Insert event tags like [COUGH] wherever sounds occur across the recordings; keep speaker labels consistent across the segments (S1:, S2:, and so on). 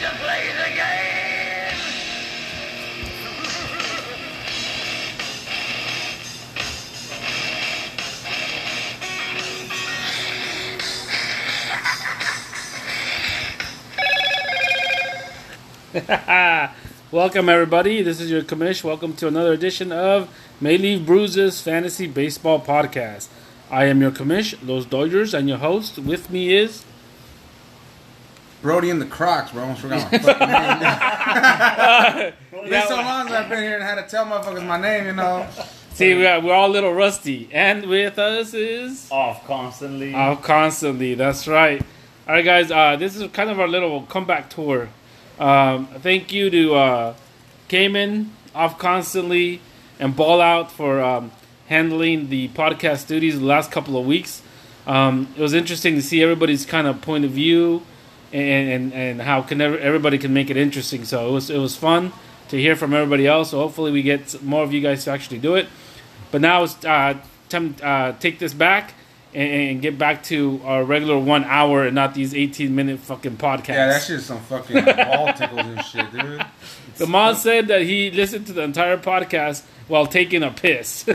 S1: to play the game.
S2: Welcome, everybody. This is your commish. Welcome to another edition of May Leave Bruises Fantasy Baseball Podcast. I am your commish, Los Dodgers, and your host. With me is.
S3: Brody and the Crocs, bro. I
S2: [LAUGHS]
S3: almost forgot my fucking name. Been so
S2: Yeah,
S3: long that I've been here and had to tell motherfuckers my name, you know.
S2: see, we are, we're all a little rusty. And with us is.
S4: off constantly.
S2: Oh, constantly. That's right. All right, guys. Uh, this is kind of our little comeback tour. Um, thank you to uh, Cayman, off constantly, and Ball Out for um, handling the podcast duties the last couple of weeks. Um, it was interesting to see everybody's kind of point of view and and, and how can ev- everybody can make it interesting. So it was it was fun to hear from everybody else. So hopefully we get s- more of you guys to actually do it. But now it's uh, time uh, take this back and, and get back to our regular one hour and not these eighteen minute fucking podcasts.
S3: Yeah, that shit is some fucking ball tickles and shit, dude.
S2: The mom said that he listened to the entire podcast while taking a piss. [LAUGHS]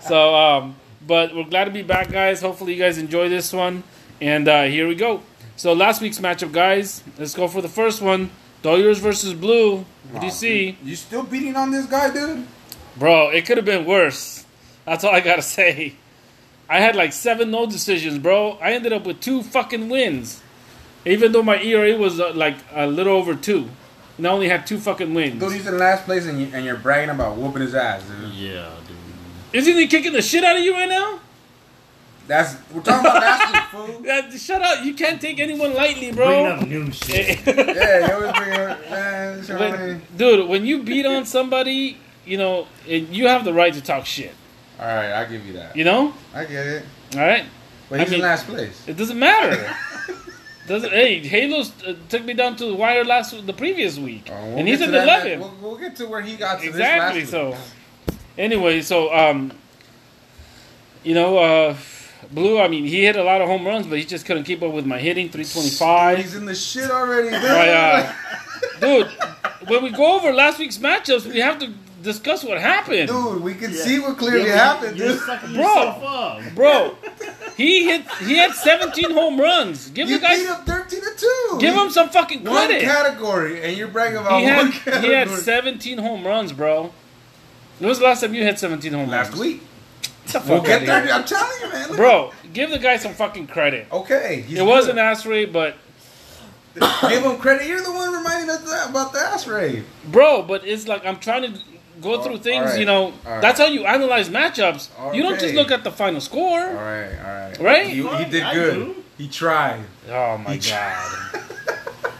S2: so, um, but we're glad to be back, guys. Hopefully, you guys enjoy this one. And uh, here we go. So, last week's matchup, guys. Let's go for the first one Doyers versus Blue. What do you see?
S3: You still beating on this guy, dude?
S2: Bro, it could have been worse. That's all I got to [LAUGHS] say. I had like seven no decisions, bro. I ended up with two fucking wins. Even though my ERA was uh, like a little over two. And I only had two fucking wins.
S3: Dude, he's in last place and, you, and you're bragging about whooping his ass, dude.
S4: Yeah, dude.
S2: Isn't he kicking the shit out of you right now?
S3: That's we're talking about
S2: [LAUGHS]
S3: last week, fool.
S2: Yeah, shut up. You can't take anyone lightly,
S4: Bring
S2: bro.
S4: up new shit.
S3: Yeah, you always bring it, man. you know what I
S2: When-
S3: mean?
S2: dude, when you beat on somebody, you know, and you have the right to talk shit.
S3: All right, I give you that.
S2: You know?
S3: I get it.
S2: All right?
S3: But
S2: I
S3: he's
S2: mean-
S3: in last place.
S2: It doesn't matter. [LAUGHS] doesn't, hey, Halo's uh, took me down to the wire last the previous week.
S3: Uh, we'll
S2: and he's
S3: get
S2: in
S3: to
S2: the
S3: that-
S2: 11th.
S3: We'll, we'll get to where he got to
S2: exactly
S3: this last week.
S2: so anyway so um you know uh blue i mean he hit a lot of home runs but he just couldn't keep up with my hitting 325
S3: He's in the shit already, dude.
S2: My,
S3: [LAUGHS]
S2: uh, dude when we go over last week's matchups we have to discuss what happened
S3: Dude, we can see what clearly
S4: You-
S3: happened,
S4: You're
S3: dude.
S4: sucking
S2: Bro.
S4: yourself up.
S2: bro he hit he had 17 home runs give
S3: You
S2: the guy
S3: beat up 13 to 2.
S2: give him some fucking
S3: one
S2: credit
S3: category, and you're bragging about
S2: he
S3: one
S2: had he
S3: category.
S2: had 17 home runs bro when was the last time you had 17 home
S3: last
S2: runs
S3: week.
S2: Get the fuck
S3: We'll
S2: outta
S3: get
S2: here.
S3: there. dude. I'm telling you, man. Look.
S2: bro give the guy some fucking credit
S3: Okay. he's
S2: it was an
S3: good.
S2: ass raid, but [COUGHS]
S3: Give him credit. You're the one reminding us that- about the ass raid.
S2: bro, but it's like I'm trying to go
S3: Al-
S2: through things.
S3: alright,
S2: You know,
S3: alright.
S2: that's how you analyze matchups. You don't just
S3: Okay.
S2: look at the final
S3: All
S2: score.
S3: right, all right.
S2: Right?
S3: He, he did
S4: I
S3: good.
S4: do.
S3: He tried.
S2: Oh my god.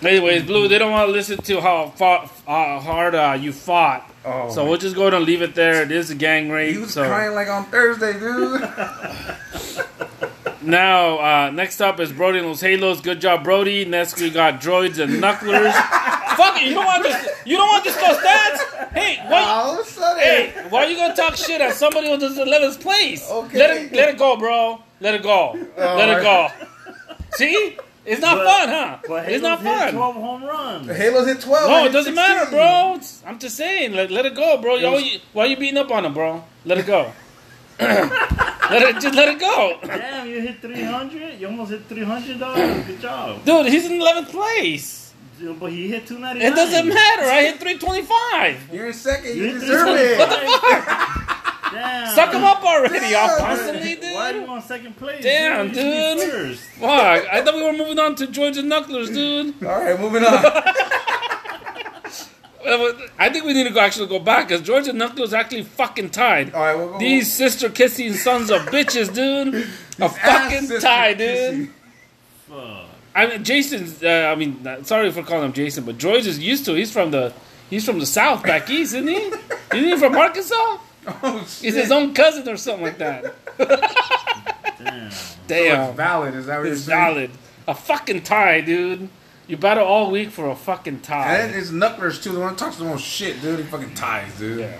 S2: Anyways, Blue, they don't want to listen to how fought, uh, hard uh, you fought.
S3: [LAUGHS] Oh,
S2: so
S3: my-
S2: we'll just go ahead and leave it there. It is a gang rape.
S3: He was
S2: so
S3: crying like on
S2: [LAUGHS]
S3: Thursday, dude.
S2: now, uh, next up is Brody and Los Halos. Good job, Brody. Next we got Droids and Knucklers. [LAUGHS] Fuck it, you don't want this. You don't want this discuss stats. Hey, what?
S3: All of a sudden.
S2: Hey, why you gonna talk shit at somebody who's in eleventh place?
S3: Okay.
S2: Let it let it go, bro. Let it go. let it go. See? It's not
S4: But-
S2: fun, huh?
S4: But
S2: it's
S4: Halos
S2: not
S4: hit
S2: fun.
S4: Twelve home [LAUGHS] runs.
S3: Halo's hit 12. I
S2: No, it
S3: hit
S2: doesn't matter,
S3: 16.
S2: bro. It's- I'm just saying, let, let it go, bro. Yo,
S3: was-
S2: you, why you beating up on him, bro? Let it go. [CLEARS THROAT] let it just let it go.
S4: Damn, you hit three hundred. You almost hit three hundred dollars. Good job.
S2: Dude, he's in eleventh place.
S4: Dude, But he hit two ninety nine.
S2: It doesn't matter. I hit three twenty five.
S3: You're in second.
S4: You
S3: You
S4: hit
S2: [LAUGHS]
S3: deserve
S4: three
S3: it.
S4: hundred [LAUGHS] dollars. Damn.
S2: Suck him up already,
S3: Damn,
S2: off
S3: dude.
S2: constantly,
S4: Why you
S2: dude.
S4: on second place?
S2: Damn,
S4: You should be
S2: dude.
S4: First.
S2: Fuck. I thought we were moving on to Georgia Knucklers, dude.
S3: All right,
S2: [LAUGHS]
S3: moving on.
S2: Uh, I think we need to go actually go back because Georgia Knuckles actually fucking tied.
S3: All right, we'll go.
S2: These sister kissing sons of bitches, dude, a fucking
S3: sister
S2: tie,
S3: kissing.
S2: dude.
S4: Fuck.
S2: I mean, Jason's. Uh, I mean, uh, sorry for calling him Jason, but George is used to. it. He's from the. He's from the South, back east, isn't
S3: [LAUGHS]
S2: he? Isn't he from Arkansas?
S3: [LAUGHS] Oh, shit.
S2: He's his own cousin or something like that. [LAUGHS]
S4: Damn.
S3: It's
S2: Damn,
S3: valid. Is that what
S2: it's
S3: you're saying?
S2: valid. A fucking tie, dude. You battle all week for a fucking
S3: And
S2: tie.
S3: it's knucklers too. The one that talks the most shit, dude. He fucking ties, dude.
S2: Yeah.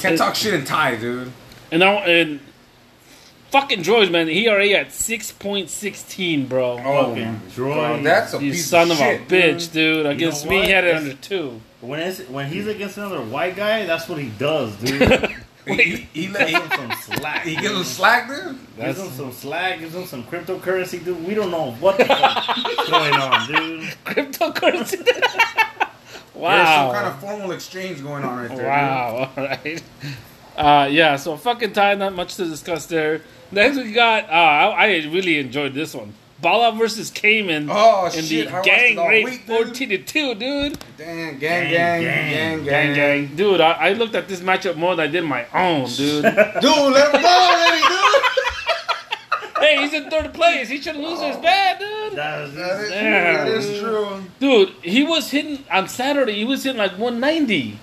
S3: Can't talk shit in ties, dude.
S2: And I and fucking droids, man. He already at six point sixteen, bro.
S4: Oh,
S3: my
S4: fucking droid.
S3: God, that's a
S2: you
S3: Oh, piece
S2: son of,
S3: of, shit.
S2: a bitch, dude. Against
S4: know
S2: me,
S4: what?
S2: he had it
S4: It's-
S2: under two. [LAUGHS]
S4: When it's, when he's against another white guy, that's what he does, [LAUGHS] dude.
S3: [LAUGHS] He, he, let-
S4: He gives him some slack.
S3: he, he
S4: dude.
S3: gives him slack there.
S4: Gives him some slack. Gives him some cryptocurrency, dude. We don't know what the fuck's going on, dude.
S3: [LAUGHS]
S2: Cryptocurrency.
S3: There's
S2: wow.
S3: some kind of formal exchange going on right there.
S2: Wow. [LAUGHS] All right. Uh, yeah. So fucking time. Not much to discuss there. Next we got. Uh, I, I really enjoyed this one. Bala versus Cayman.
S3: Oh,
S2: in
S3: shit, I
S2: the
S3: watched
S2: gang
S3: it all
S2: rape
S3: week, dude.
S2: fourteen to two, dude.
S3: Dude. Damn, gang,
S4: Gang,
S3: gang, gang, gang,
S2: Gang, gang, dude. I, I looked at this matchup more than I did my own,
S3: [LAUGHS]
S2: dude.
S3: Dude, let him go already, dude.
S2: hey, he's in third place. He should lose this bad, dude.
S4: That is,
S3: That is,
S2: [LAUGHS] Damn.
S3: that is true.
S2: Dude, he was hitting on Saturday. He was hitting like one ninety,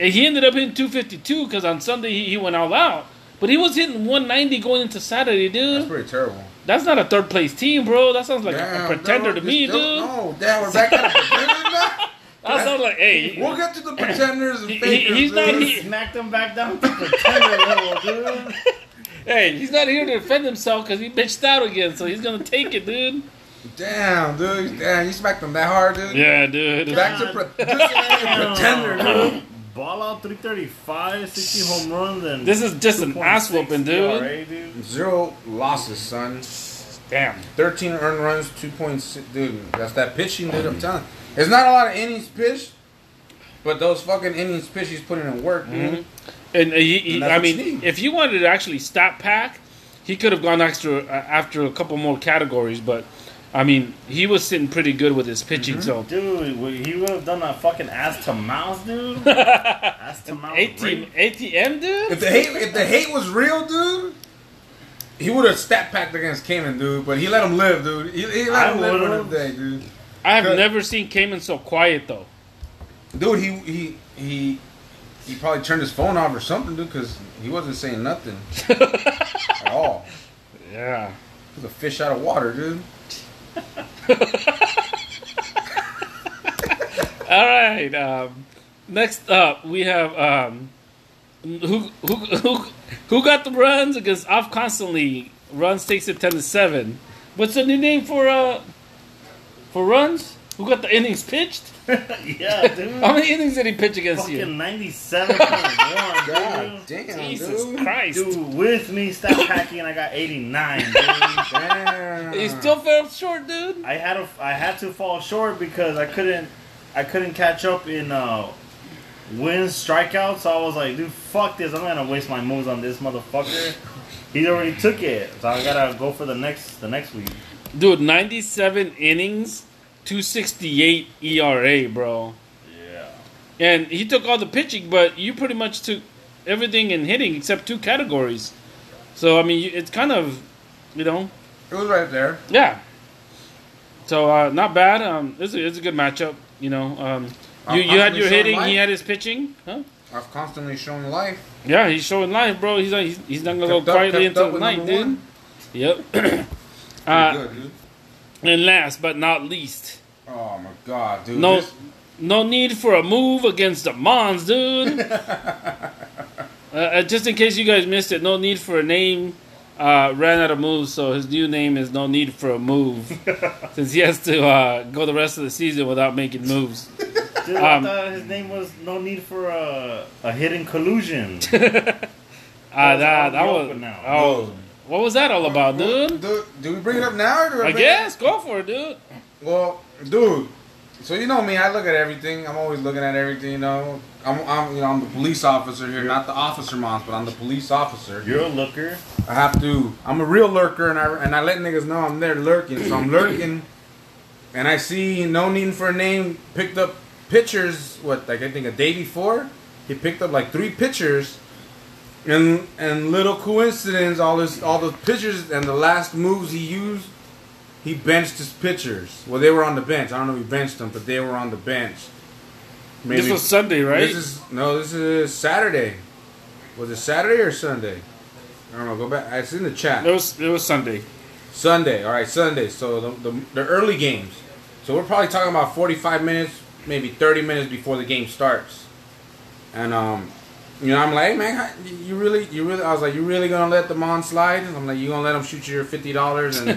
S2: and he ended up hitting two fifty two because on Sunday he, he went all out. But he was hitting 190 going into Saturday, dude.
S3: That's pretty terrible.
S2: That's not a third place team, bro. That sounds like
S3: Damn,
S2: a pretender
S3: bro,
S2: to me,
S3: this-
S2: dude.
S3: No, damn, we're back at the pretender now?
S2: That sounds like, hey, [LAUGHS]
S3: We'll get to the pretenders and
S2: He-
S3: fakers.
S2: he's not-
S3: dude.
S2: he-
S4: smacked him back down to pretender level, dude.
S2: hey, he's not here to defend himself because he bitched out again, so he's gonna take it,
S3: [LAUGHS]
S2: dude.
S3: Damn, dude. Damn, you smacked him that hard, dude.
S2: Yeah, dude.
S3: Back to pre- just like a pretender, dude.
S4: Ball out 335, 60 home runs, and
S2: This is just an ass
S4: 2.6
S2: whooping, dude.
S4: ERA, dude.
S3: Zero losses, son.
S2: Damn.
S3: 13 earned runs, 2.6. Dude, that's that pitching, dude. I'm telling you. It's not a lot of innings pitched, but those fucking innings pitched, he's putting in work, dude.
S2: And uh, he, he
S3: And that's
S2: I
S3: what you
S2: mean,
S3: need.
S2: if you wanted to actually stop Pack, he could have gone extra uh, after a couple more categories, but I mean, he was sitting pretty good with his pitching,
S3: Mm-hmm.
S2: so.
S4: Dude, would- he would have done a fucking ass to mouth, dude.
S2: [LAUGHS]
S4: ass to mouth.
S2: ATM,
S4: rape.
S2: ATM,
S3: If
S2: dude.
S3: the hate, if the hate was real, dude, he would have stat packed against Kanan, dude. But he let him live, dude. He, he let
S4: I
S3: him live
S4: would've.
S3: another day, dude.
S2: I have
S3: Good.
S2: never seen Cayman so quiet though.
S3: Dude, he he he he probably turned his phone off or something, dude, because he wasn't saying nothing
S2: [LAUGHS]
S3: at all.
S2: Yeah.
S3: He was a fish out of water, dude.
S2: All right. Um, next up, we have um, who, who who who got the runs against off constantly. Runs takes it ten to seven. What's the new name for uh for runs? Who got the innings pitched?
S4: [LAUGHS]
S2: [LAUGHS]
S4: yeah, dude.
S2: How many innings did he pitch against you?
S4: fucking 97.1,
S3: [LAUGHS]
S2: Mm-hmm.
S3: God
S4: dude.
S3: damn,
S2: Jesus
S3: dude.
S2: Christ!
S4: Dude, with me, stop packing, I got 89, dude.
S3: Damn.
S2: He still fell short, dude.
S4: I had a, I had to fall short because I couldn't I couldn't catch up in uh, wins strikeouts. So I was like, dude, fuck this! I'm not gonna waste my moves on this motherfucker. he already took it, so I gotta go for the next the next week.
S2: Dude, ninety-seven innings, two sixty-eight ERA, bro.
S4: Yeah.
S2: And he took all the pitching, but you pretty much took everything in hitting except two categories. So I mean, you- it's kind of, you know,
S3: It was right there.
S2: yeah. So uh, not bad. Um, it's a, it's a good matchup. You know, um, you,
S3: I'm
S2: you had your
S3: sure
S2: hitting,
S3: Mike-
S2: he had his pitching. Huh?
S3: I've constantly shown life.
S2: Yeah, he's showing life, bro. He's like, he's, he's not gonna
S3: Kept
S2: go
S3: up-
S2: quietly
S3: kept up
S2: until
S3: with
S2: night,
S3: number
S2: dude.
S3: one.
S2: Yep. [CLEARS THROAT]
S3: Pretty
S2: uh,
S3: good, dude.
S2: and last but not least,
S3: Oh my god, dude.
S2: no,
S3: This-
S2: no need for a move against the Mons, dude. uh, uh, just in case you guys missed it, no need for a name. Uh, ran out of moves, so his new name is No Need for a Move, since he has to uh, go the rest of the season without making moves.
S4: Dude, I
S2: Um,
S4: thought his name was no need for a a hidden collusion.
S2: [LAUGHS] Ah,
S4: That was out in
S2: that, that
S4: the
S2: was
S4: open now.
S2: oh, what was that all about, dude?
S3: Do, do we bring it up now? Or do we
S2: I
S3: bring it-
S2: guess go for it, dude.
S3: Well, dude. So you know me, I look at everything. I'm always looking at everything. You know, I'm, I'm you know I'm the police officer here, not the officer moms, but I'm the police officer.
S4: You're a looker.
S3: I have to. I'm a real lurker, and I and I let niggas know I'm there lurking. So
S2: [CLEARS THROAT]
S3: I'm lurking, and I see no need for a name. Picked up pictures. What like I think a day before, he picked up like three pictures, and and little coincidence. All his all the pictures and the last moves he used, he benched his pitchers. Well, they were on the bench. I don't know if he benched them, but they were on the bench.
S2: This was Sunday, right?
S3: This is no. This is Saturday. Was it Saturday or Sunday? I don't know. Go back. It's in the chat.
S2: it was it was Sunday.
S3: Sunday. All right, Sunday. So the, the the early games. So we're probably talking about forty-five minutes, maybe thirty minutes before the game starts. And um, You know, I'm like, hey, man, how- you- you really, you really, I was like, you really gonna let them on slide? I'm like, you gonna let them shoot you your fifty dollars and,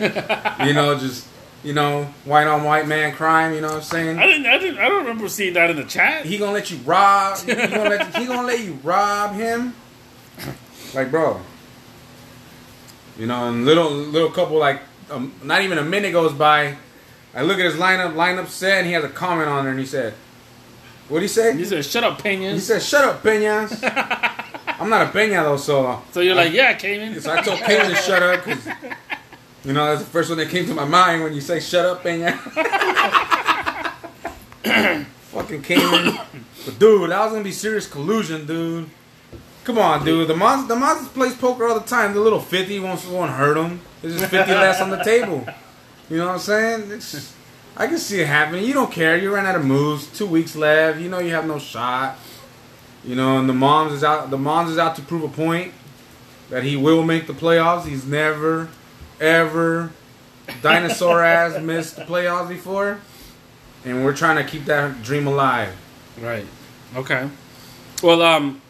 S3: you know, just, you know, white on white man crime. You know what I'm
S2: I
S3: saying?
S2: didn't, I didn't. I don't remember seeing that in the chat.
S3: He gonna let you rob. He gonna let, he gonna let you rob him. Like, bro. You know, and little little couple like, um, not even a minute goes by. I look at his lineup, lineup set, and he has a comment on there, and he said, "What would he say?"
S2: He said, "Shut up,
S3: He
S2: Peñas."
S3: said, "Shut up, Peñas." I'm not a Peña though, so
S2: So you're like, "Yeah, Cayman."
S3: so I told Peña to shut up 'cause, you know that's the first one that came to my mind when you say "shut up, Peña." [COUGHS] Fucking Cayman, but dude, that was gonna be serious collusion, dude. Come on, dude. The monster, the monster plays poker all the time. The little fifty won't won't hurt him. It's just fifty less on the table. You know what I'm saying? It's, I can see it happening. You don't care. You ran out of moves. Two weeks left. You know you have no shot. You know, and the moms is out. The moms is out to prove a point that he will make the playoffs. He's never, ever, dinosaur ass
S2: [LAUGHS]
S3: missed the playoffs before, and we're trying to keep that dream alive.
S2: Right. Okay. Well, um,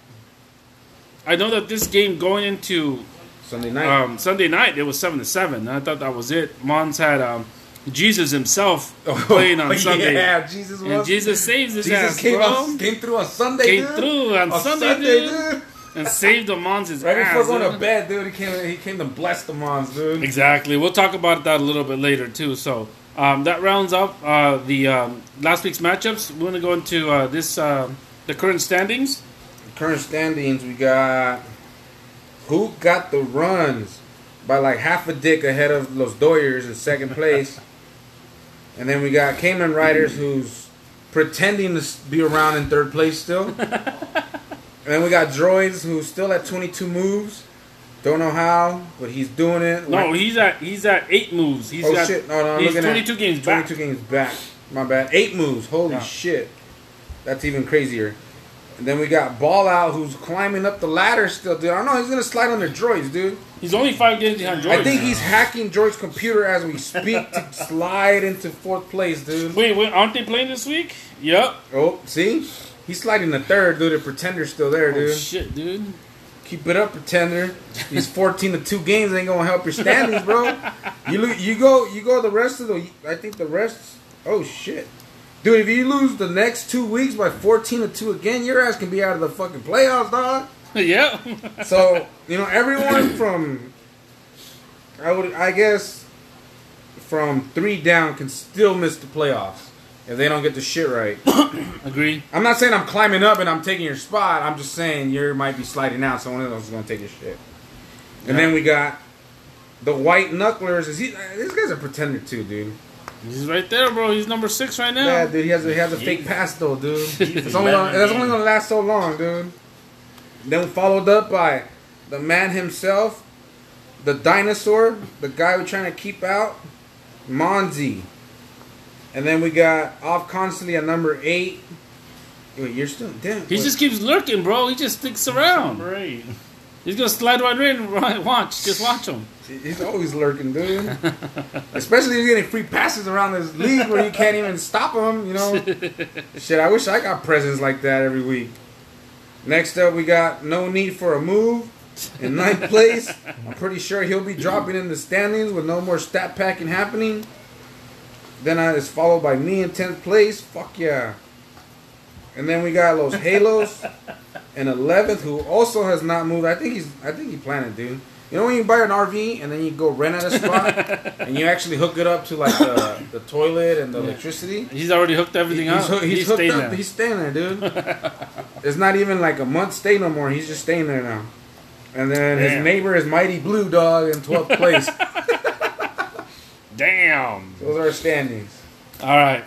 S2: I know that this game going into
S3: Sunday night.
S2: um, Sunday night it was seven to seven. And I thought that was it. Mons had um, Jesus himself playing on
S3: [LAUGHS] [LAUGHS] Oh,
S2: Sunday,
S3: Yeah, Jesus was.
S2: and Jesus saves his
S3: Jesus
S2: ass,
S3: came,
S2: bro,
S3: on, came through on Sunday.
S2: Came
S3: dude.
S2: through on Sunday, dude. Ah, and saved the Mons his
S3: Right
S2: ass.
S3: before going to
S2: dude.
S3: bed, dude, he came. He came to bless the moms, dude.
S2: Exactly. We'll talk about that a little bit later too. So um, that rounds up uh, the um, last week's matchups. We're going to go into uh, this um the current standings.
S3: Current standings, we got who got the runs by like half a dick ahead of Los Doyers in second place, and then we got Cayman Riders who's pretending to s- be around in third place still, and then we got Droids who's still at 22 moves. Don't know how, but he's doing it.
S2: No, he's at he's at eight moves. He's
S3: oh
S2: got
S3: shit! No, no, I'm
S2: he's
S3: looking at
S2: 22 games back.
S3: 22 games back. My bad. Eight moves. Holy
S2: Yeah.
S3: shit. That's even crazier. And then we got Ball Out, who's climbing up the ladder still, dude. I don't know. He's gonna slide under droids, dude.
S2: He's only five games behind Jordan.
S3: I think he's hacking droid's computer as we
S2: [LAUGHS]
S3: speak to slide into fourth place, dude.
S2: Wait, wait, aren't they playing this week? Yep.
S3: Oh, see, he's sliding to third, dude. The pretender's still there,
S2: Oh
S3: dude.
S2: shit, dude. [LAUGHS]
S3: Keep it up, pretender. These fourteen to two games ain't gonna help your standings, bro. You lo- you go you go the rest of the I think the rest. Oh shit, dude! If you lose the next two weeks by fourteen to two again, your ass can be out of the fucking playoffs, dog.
S2: yep.
S3: So you know everyone from I would I guess from three down can still miss the playoffs if they don't get the shit right.
S2: [LAUGHS] Agree.
S3: I'm not saying I'm climbing up and I'm taking your spot. I'm just saying you might be sliding out. Someone else is going to take your shit. And then we got the White Knucklers. Is he? uh, This guy's a pretender too, dude.
S2: He's right there, bro. He's number six right now.
S3: Yeah, dude. He has a, he has a
S4: Jeez.
S3: fake pass though,
S4: [LAUGHS]
S3: dude.
S4: He's
S3: It's only gonna,
S4: eleven,
S3: that's
S4: man.
S3: only going to last so long, dude. Then followed up by the man himself, the dinosaur, the guy we're trying to keep out, Monzi. And then we got off constantly at number eight. Wait, you're still damn.
S2: He
S3: wait.
S2: just keeps lurking, bro. He just sticks around.
S4: Great.
S2: He's gonna slide right in. [LAUGHS] Right, watch, just watch him.
S3: He's always lurking, dude. [LAUGHS] Especially he's getting free passes around this league where you can't even stop him. You know, shit. I wish I got presents like that every week. Next up, we got no need for a move in ninth place. I'm pretty sure he'll be dropping in the standings with no more stat packing happening. Then I, it's followed by me in tenth place. Fuck yeah. And then we got Los Halos in eleventh, who also has not moved. I think he's. I think he planned it, dude. You know when you buy an RV and then you go rent at a spot
S2: [LAUGHS]
S3: and you actually hook it up to like the, the toilet and the electricity.
S2: He's already hooked everything
S3: He's,
S2: up.
S3: hoo- he's,
S2: he's
S3: hooked
S2: staying
S3: up.
S2: there.
S3: He's staying
S2: [LAUGHS]
S3: there, dude. it's not even like a month stay no more. He's just staying there now. And then his
S2: Damn.
S3: neighbor is Mighty Blue Dog in twelfth
S2: [LAUGHS]
S3: place.
S2: Damn.
S3: Those are our standings.
S2: All right.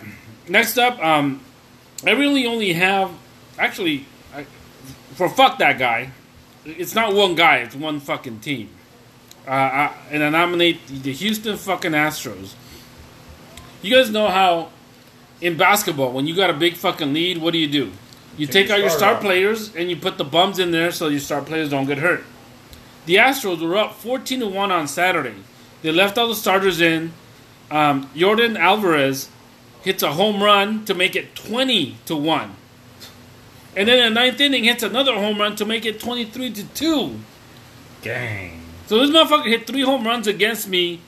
S2: Next up, um, I really only have actually I, for fuck that guy. It's not one guy. It's one fucking team. Uh, I, and I nominate the Houston fucking Astros. You guys know how in basketball when you got a big fucking lead, what do you do? You take, out your star
S3: out.
S2: players and you put the bums in there so your star players don't get hurt. The Astros were up 14 to 1 on Saturday. They left all the starters in. Um, Jordan Alvarez hits a home run to make it 20 to 1. And then in the ninth inning, hits another home run to make it 23 to 2.
S4: Gang.
S2: So this motherfucker hit three home runs against me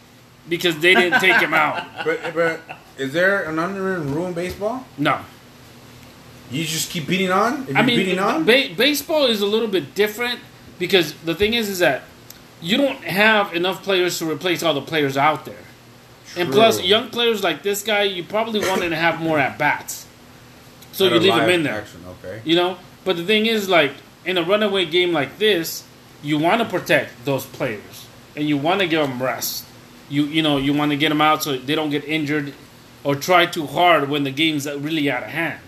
S2: because they didn't take him out.
S3: But but is there an unwritten rule in baseball? [LAUGHS]
S2: No.
S3: You just keep beating on. If you're
S2: I mean,
S3: beating on,
S2: ba- baseball is a little bit different because the thing is, is that you don't have enough players to replace all the players out there, and plus,
S3: True.
S2: young players like this guy, you probably wanted to have more at bats, so
S3: At
S2: you
S3: a
S2: leave him
S3: live
S2: in there,
S3: Action, okay.
S2: you know. But the thing is, like in a runaway game like this, you want to protect those players and you want to give them rest. You you know you want to get them out so they don't get injured or try too hard when the game's really out of hand.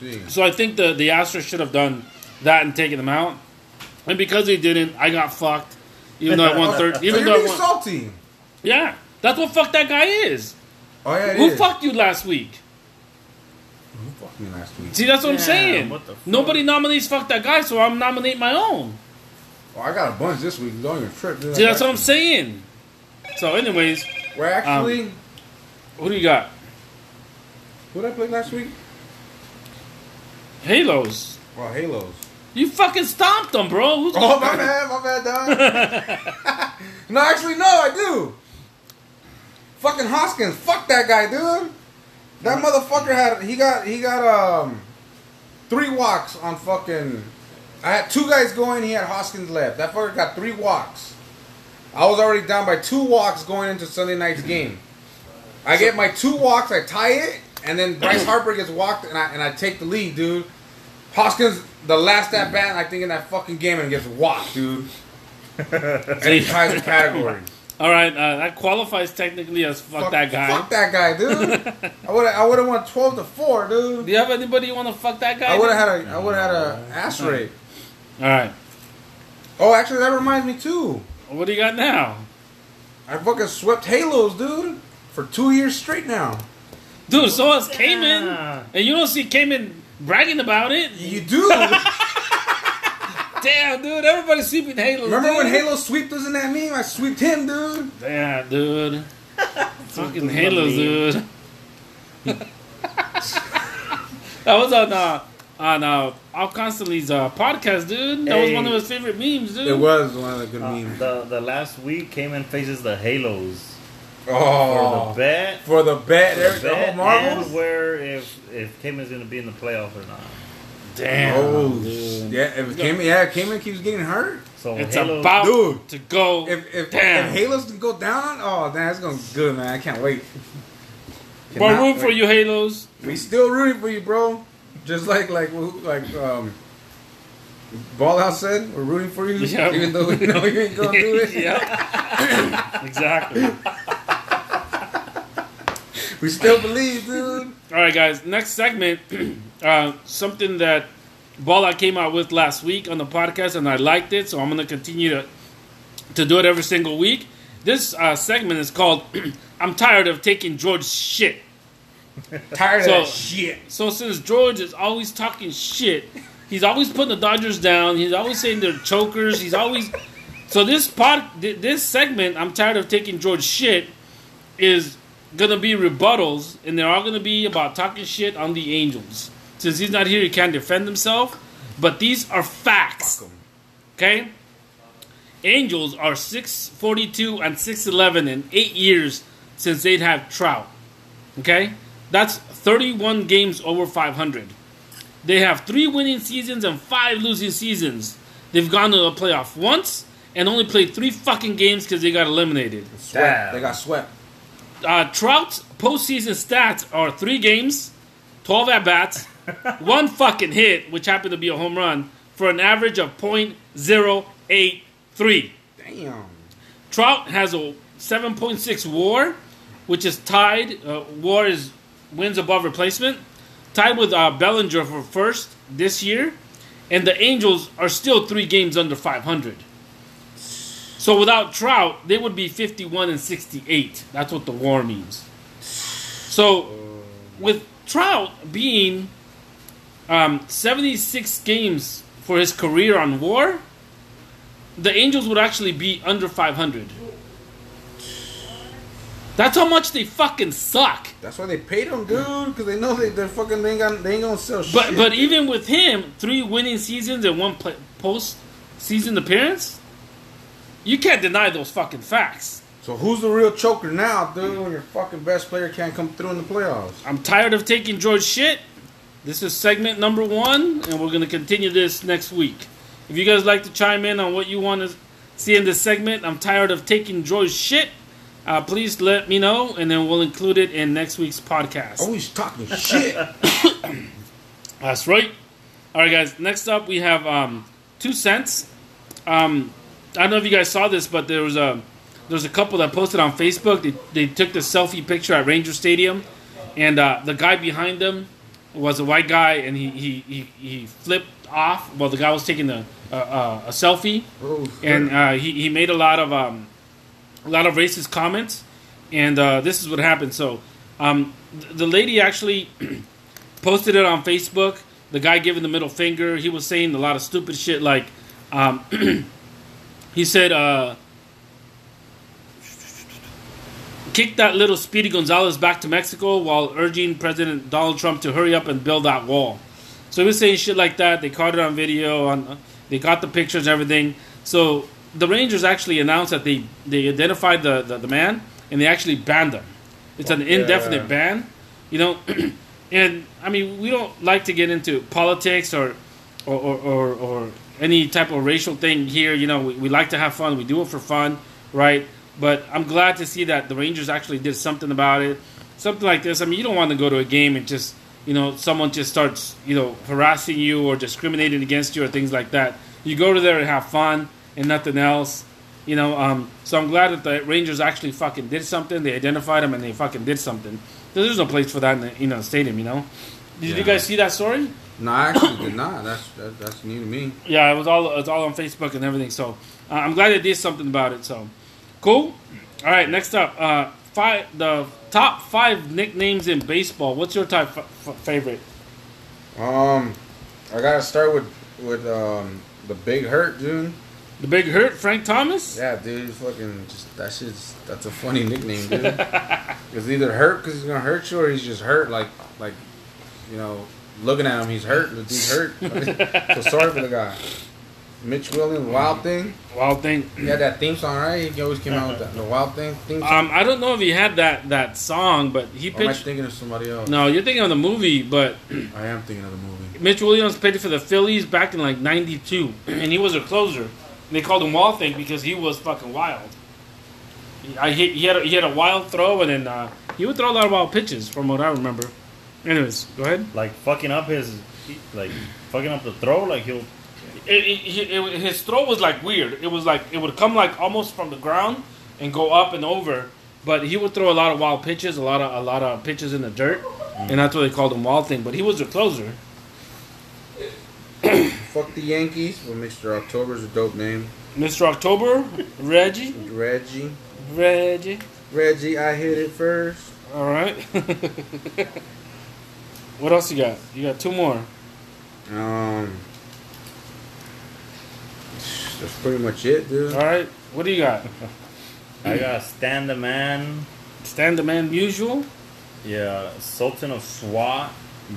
S3: See.
S2: So I think the the Astros should have done that and taken them out. And because they didn't, I got fucked. Even though I won third,
S3: So
S2: even
S3: you're
S2: though I
S3: being
S2: won,
S3: salty.
S2: yeah, that's what fuck that guy is.
S3: Oh yeah. it
S2: Who
S3: is.
S2: fucked you last week?
S3: Who fucked me last week?
S2: See, that's what I'm
S4: Damn,
S2: saying.
S4: what the fuck?
S2: Nobody nominates fuck that guy, so I'm nominating my own.
S3: Oh, I got a bunch this week. Don't even trip. Dude.
S2: See, that's what I'm saying. So, anyways,
S3: We're actually.
S2: Um, who do you got?
S3: who did I play last week?
S2: Halos.
S3: Oh, Halos.
S2: You fucking stomped them, bro. Who's
S3: Oh [LAUGHS] my bad, my bad,
S2: [LAUGHS]
S3: Don. no, actually, no, I do. Fucking Hoskins, fuck that guy, dude. That motherfucker had he got he got um three walks on fucking. I had two guys going. He had Hoskins left. That fucker got three walks. I was already down by two walks going into Sunday night's game. I get my two walks. I tie it, and then Bryce Harper gets walked, and I and I take the lead, dude. Hoskins, the last at bat, I think in that fucking game, and gets walked, dude. and he ties the category.
S2: All right, uh, that qualifies technically as fuck, that guy.
S3: Fuck that guy, dude. I would I would have won twelve to four,
S2: Do
S3: dude.
S2: you have anybody you want to fuck that guy?
S3: I would have had a I would have had a ass rate.
S2: All right,
S3: Oh, actually, that reminds me too.
S2: what do you got now?
S3: I fucking swept Halos, dude, for two years straight now.
S2: Dude, so us Cayman,
S4: Yeah.
S2: and you don't see Cayman bragging about it.
S3: You do.
S2: Damn, dude, everybody's sweeping Halo.
S3: Remember
S2: dude.
S3: when Halo sweeped us in that meme? I sweeped him, dude.
S2: Yeah, dude.
S3: [LAUGHS]
S2: Fucking
S4: Sweeping
S2: Halo,
S4: the
S2: dude. [LAUGHS] that was on uh, on uh, Al Constantly's uh, podcast, dude. That was
S4: Hey.
S2: one of his favorite memes, dude.
S3: It was one of the good
S4: Uh,
S3: memes.
S4: the the last week came and faces the Halos for
S3: Oh,
S4: the bet.
S3: for the bet,
S4: The
S3: every- the whole
S4: bet
S3: Marvels.
S4: and where if if Cayman's gonna be in the playoff or not.
S2: Damn.
S3: Oh,
S2: dude.
S3: yeah, if Cayman, yeah, Cayman keeps getting hurt.
S4: So
S2: It's
S4: Halos,
S2: about
S3: Oh, Dude.
S2: to go.
S3: If if,
S2: Damn.
S3: if Halos can go down, oh damn, it's gonna be good, man. I can't wait. [LAUGHS]
S2: but
S3: Cannot
S2: root for
S3: wait.
S2: you, Halos.
S3: We still rooting for you, bro. Just like like who- like um, Ball out said, we're rooting for you,
S2: Yeah.
S3: even
S2: [LAUGHS]
S3: though we know you ain't gonna do it.
S2: yeah.
S3: [LAUGHS]
S2: exactly.
S3: We still believe, dude.
S2: All right, guys. Next segment, [CLEARS THROAT] uh, something that Bala came out with last week on the podcast, and I liked it, so I'm going to continue to to do it every single week. This uh, segment is called [CLEARS THROAT] "I'm tired of taking George's shit."
S3: Tired
S2: So-
S3: of that shit.
S2: So since George is always talking shit, he's always putting the Dodgers down. He's always saying they're chokers. He's always so this pod th- this segment. I'm tired of taking George shit. Is gonna be rebuttals, and they're all gonna be about talking shit on the Angels. Since he's not here, he can't defend himself. But these are facts. Okay. Angels are six forty two and six eleven in eight years since they'd have Trout. Okay? That's 31 games over 500. They have three winning seasons and five losing seasons. They've gone to the playoff once and only played three fucking games because they got eliminated.
S3: Swept.
S4: Damn.
S3: They got swept.
S2: Uh, Trout's postseason stats are three games, 12 at bats, one fucking hit, which happened to be a home run, for an average of .083.
S3: Damn.
S2: Trout has a 7.6 WAR, which is tied. Uh, WAR is wins above replacement, tied with uh, Bellinger for first this year, and the Angels are still three games under 500. So without Trout, they would be 51 and 68. That's what the WAR means. So with Trout being um, 76 games for his career on WAR the Angels would actually be under 500. That's how much they fucking suck.
S3: That's why they paid him, dude, because they know they, they're fucking they ain't, gonna, they ain't gonna sell
S2: But
S3: shit.
S2: but even with him, three winning seasons and one pla post season appearance, you can't deny those fucking facts.
S3: so who's the real choker now, dude? When your fucking best player can't come through in the playoffs.
S2: I'm tired of taking George shit. This is segment number one, and we're gonna continue this next week. If you guys like to chime in on what you want to see in this segment, I'm tired of taking George shit. Uh, please let me know, and then we'll include it in next week's podcast.
S3: Always talking shit.
S2: That's right. All right, guys. Next up, we have um, two cents. Um, I don't know if you guys saw this, but there was a there was a couple that posted on Facebook. They, they took the selfie picture at Ranger Stadium, and uh, the guy behind them was a white guy, and he he, he, he flipped off while the guy was taking the uh, uh, a selfie,
S3: Oh,
S2: and uh, he he made a lot of um, a lot of racist comments, and uh, this is what happened. So, um, th- the lady actually [CLEARS THROAT] posted it on Facebook. The guy giving the middle finger. He was saying a lot of stupid shit. Like, um, he said, uh, "Kick that little Speedy Gonzalez back to Mexico," while urging President Donald Trump to hurry up and build that wall. So he was saying shit like that. They caught it on video. On uh, they got the pictures, and everything. So the Rangers actually announced that they they identified the the, the man and they actually banned him. It's an indefinite ban, you know. [CLEARS THROAT] and I mean, we don't like to get into politics or or or, or, or any type of racial thing here. You know, we, we like to have fun. We do it for fun, right? But I'm glad to see that the Rangers actually did something about it. Something like this. I mean, you don't want to go to a game and just you know someone just starts you know harassing you or discriminating against you or things like that. You go to there and have fun and nothing else. You know, um, so I'm glad that the Rangers actually fucking did something. They identified him and they fucking did something. There's no place for that in the, you know, stadium. You know, did you
S3: Yeah.
S2: guys see that story?
S3: No, I actually did not. That's that, that's new to me.
S2: Yeah, it was all it's all on Facebook and everything. So uh, I'm glad they did something about it. So cool. All right, next up, uh, five the top five nicknames in baseball. What's your type f- f- favorite?
S3: Um, I gotta start with with um the big hurt, dude.
S2: The Big Hurt, Frank Thomas.
S3: Yeah, dude, fucking just that shit's that's a funny
S2: [LAUGHS]
S3: nickname, dude. it's either hurt because he's gonna hurt you, or he's just hurt. Like like, you know, looking at him, he's hurt. The dude's
S2: [LAUGHS]
S3: hurt. so sorry for the guy. Mitch Williams,
S2: Mm-hmm.
S3: Wild Thing.
S2: Wild thing.
S3: He had that theme song, right? He always came out with
S2: Uh-huh.
S3: that, the Wild Thing theme song.
S2: Um, I don't know if he had that that song, but he
S3: or am I
S2: pitched.
S3: thinking of somebody else?
S2: No, you're thinking of the movie, but
S3: I am thinking of the movie.
S2: Mitch Williams played for the Phillies back in like '92, [CLEARS THROAT] and he was a closer. And they called him Wild Thing because he was fucking wild. He, I, he, he had a, he had a wild throw, and then uh, he would throw a lot of wild pitches, from what I remember. Anyways, go ahead.
S4: Like fucking up his, like fucking up the throw. Like he'll
S2: It, it, he- it- his throw was like weird. It was like it would come like almost from the ground and go up and over, but he would throw a lot of wild pitches, a lot of a lot of pitches in the dirt, and that's what they called him Wild Thing. But he was a closer.
S3: Fuck the Yankees, but Mr. October's a dope name.
S2: Mr. October, Reggie,
S3: Reggie.
S2: Reggie.
S3: Reggie, I hit it first.
S2: All right. [LAUGHS] what else you got? You got two more.
S3: Um, that's pretty much it, dude.
S2: All right. What do you got? [CLEARS THROAT]
S4: I gotta stand the man.
S2: Stand the man usual.
S4: Yeah, Sultan of SWAT,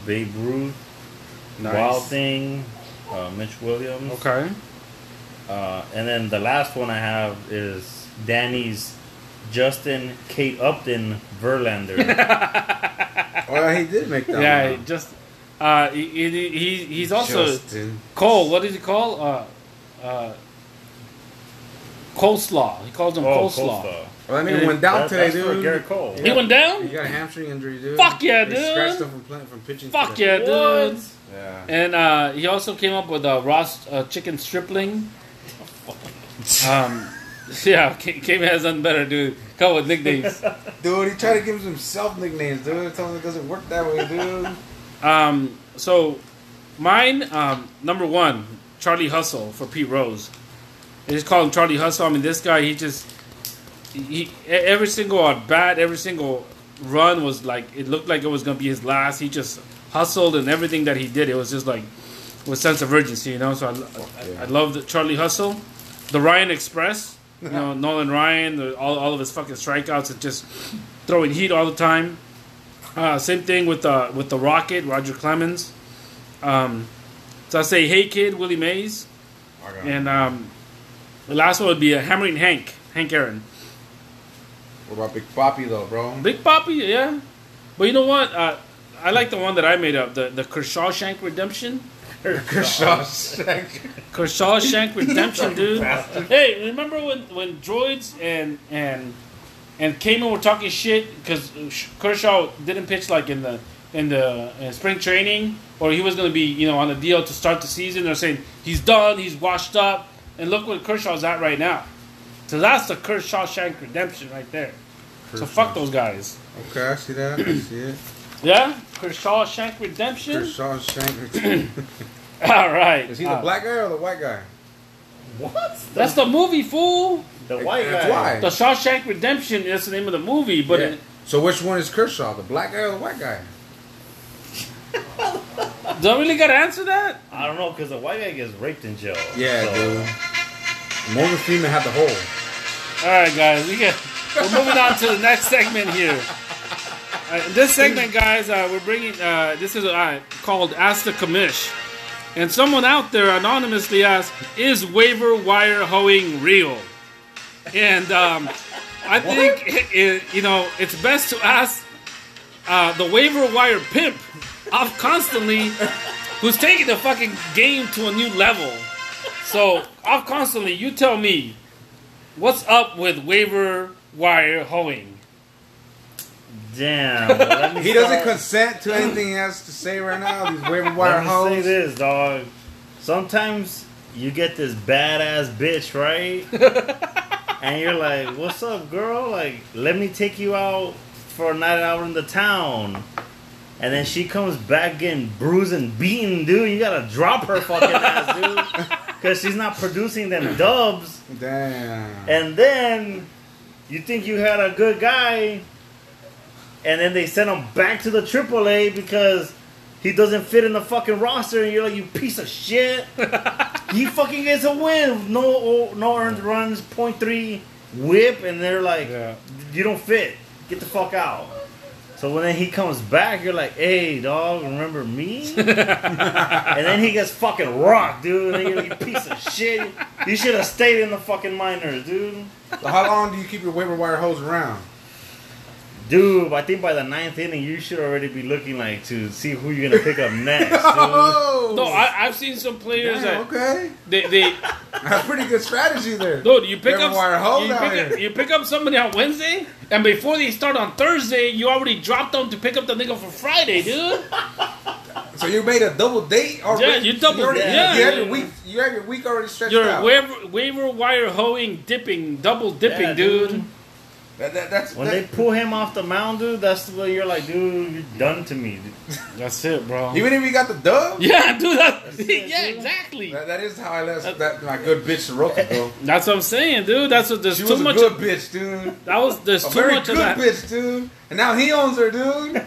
S4: Babe Ruth,
S2: Nice.
S4: Wild Thing, uh, Mitch Williams.
S2: Okay.
S4: Uh, and then the last one I have is Danny's Justin Kate Upton
S2: [LAUGHS]
S4: Verlander.
S3: Oh, yeah, he did make that.
S2: yeah.
S3: one.
S2: Just. Uh, he, he, he- he's also
S3: Justin.
S2: Cole. What does he call? Uh, uh, coleslaw. He calls him Oh, coleslaw.
S3: Well, Oh, that nigga went down
S4: Oh, That,
S3: today,
S4: that's
S3: dude.
S4: for Garrett Cole.
S2: He went
S3: He
S2: down.
S3: got a hamstring injury, dude.
S2: Fuck yeah,
S3: They
S2: dude.
S3: Scratched him from playing from pitching.
S2: Fuck
S3: today.
S2: yeah, dude.
S3: Yeah.
S2: And uh, he also came up with a Ross uh, chicken [LAUGHS] stripling. Um, [LAUGHS] yeah, K- K has nothing better to come with nicknames.
S3: Dude, he tried to give himself nicknames, dude. Tell him it doesn't work that way, dude.
S2: Um, so mine, um, number one, Charlie Hustle for Pete Rose. They just call him Charlie Hustle. I mean, this guy, he just he e- every single at bat, every single run was like it looked like it was gonna be his last. He just hustled and everything that he did, it was just like with sense of urgency, you know. So I, I, I love the Charlie Hustle, the Ryan Express. You know, Nolan Ryan, the- all, all of his fucking strikeouts and just throwing heat all the time. Uh, same thing with uh, with the Rocket, Roger Clemens. Um, so I say, hey kid, Willie Mays, and um, the last one would be uh, hammering Hank, Hank Aaron,
S3: What about Big Papi though, bro? [LAUGHS]
S2: Big Poppy, yeah. But you know what? Uh, I like the one that I made up, the the Kershaw Shank Redemption.
S3: Kershaw. [LAUGHS]
S2: Kershaw Shank Redemption, dude. Hey, remember when, when droids and and and Kamen were talking shit because Kershaw didn't pitch like in the in the in spring training, or he was going to be you know on the deal to start the season. They're saying he's done, he's washed up, and look what Kershaw's at right now. So that's the Kershaw Shank Redemption right there. So fuck those guys.
S3: Okay, I see that. I see it.
S2: Yeah, Kershaw Shank Redemption.
S3: Kershaw Shank.
S2: [LAUGHS] All right.
S3: [CLEARS THROAT] Is he the
S2: Uh,
S3: black guy or the white guy?
S4: What?
S2: That's the movie, fool.
S4: The white
S3: That's
S4: guy.
S3: why.
S2: The Shawshank Redemption is the name of the movie, but
S3: Yeah.
S2: it,
S3: so which one is Kershaw, the black guy or the white guy?
S2: Do I really gotta answer that?
S4: I don't know, because the white guy gets raped in jail.
S3: Yeah,
S4: so-
S3: dude. Morgan Freeman had the hole.
S2: Alright guys, we get we're moving on to the next segment here. Uh, this segment, guys, uh, we're bringing. Uh, this is uh, called Ask the Commish, and someone out there anonymously asked, "Is waiver wire hoeing real?" And um, I think it, it, you know it's best to ask uh, the waiver wire pimp off constantly, who's taking the fucking game to a new level. So off constantly, you tell me, what's up with waiver wire hoeing?
S4: Damn.
S3: [LAUGHS]
S4: let me
S3: He doesn't
S4: start-
S3: consent to anything he has to say right now. These waiver wire
S4: Let me say
S3: hoes.
S4: this, dog. Sometimes you get this badass bitch, right?
S3: [LAUGHS]
S4: and you're like, "What's up, girl? Like, let me take you out for a night out in the town." And then she comes back getting bruised and beaten, dude. You gotta drop her fucking ass,
S3: [LAUGHS]
S4: dude, because she's not producing them dubs.
S3: Damn.
S4: And then you think you had a good guy, and then they send him back to the AAA because he doesn't fit in the fucking roster, and you're like, you piece of shit. he fucking gets a win, no no earned runs, point three whip, and they're like,
S2: Yeah.
S4: you don't fit, get the fuck out. So when then he comes back, you're like, "Hey, dog, remember me?" and then he gets fucking rocked, dude. And then you're like, "You "Piece of shit! You should have stayed in the fucking minors, dude."
S3: So how long do you keep your waiver wire hoes [LAUGHS] around?
S4: Dude, I think by the ninth inning, you should already be looking like to see who you're gonna pick up next. [LAUGHS] Dude.
S3: Oh!
S2: No, I, I've seen some players
S3: Damn,
S2: that
S3: okay.
S2: they, they
S3: That's pretty good strategy there.
S2: dude, you pick
S3: Never
S2: up
S3: wire hold
S2: you
S3: out
S2: pick,
S3: here.
S2: up you pick up somebody on Wednesday, and before they start on Thursday, you already dropped them to pick up the nigga for Friday,
S3: [LAUGHS]
S2: dude.
S3: So you made a double date already.
S2: Yeah, you double-
S3: You, already,
S2: yeah.
S3: you have your week. You have your week already stretched
S2: You're
S3: out.
S2: waiver, waiver wire hoeing, dipping, double dipping,
S4: Yeah,
S2: dude.
S4: dude.
S3: That- that- that's
S4: When they
S3: that-
S4: pull him off the mound, dude, that's when you're like, dude, you're done to me. Dude.
S2: That's it, bro.
S3: even if you got the
S2: [LAUGHS]
S3: dub.
S2: yeah, dude. That,
S4: it,
S2: [LAUGHS] yeah,
S4: dude.
S2: exactly.
S3: That, that is how I left that my good bitch Soroka,
S2: [LAUGHS]
S3: bro.
S2: That's what I'm saying, dude. That's what there's
S3: She
S2: too
S3: was a
S2: much.
S3: good bitch, dude.
S2: that was there's
S3: A
S2: too
S3: very
S2: much
S3: good
S2: of that.
S3: bitch, dude. And now he owns
S2: [LAUGHS]
S3: her, dude.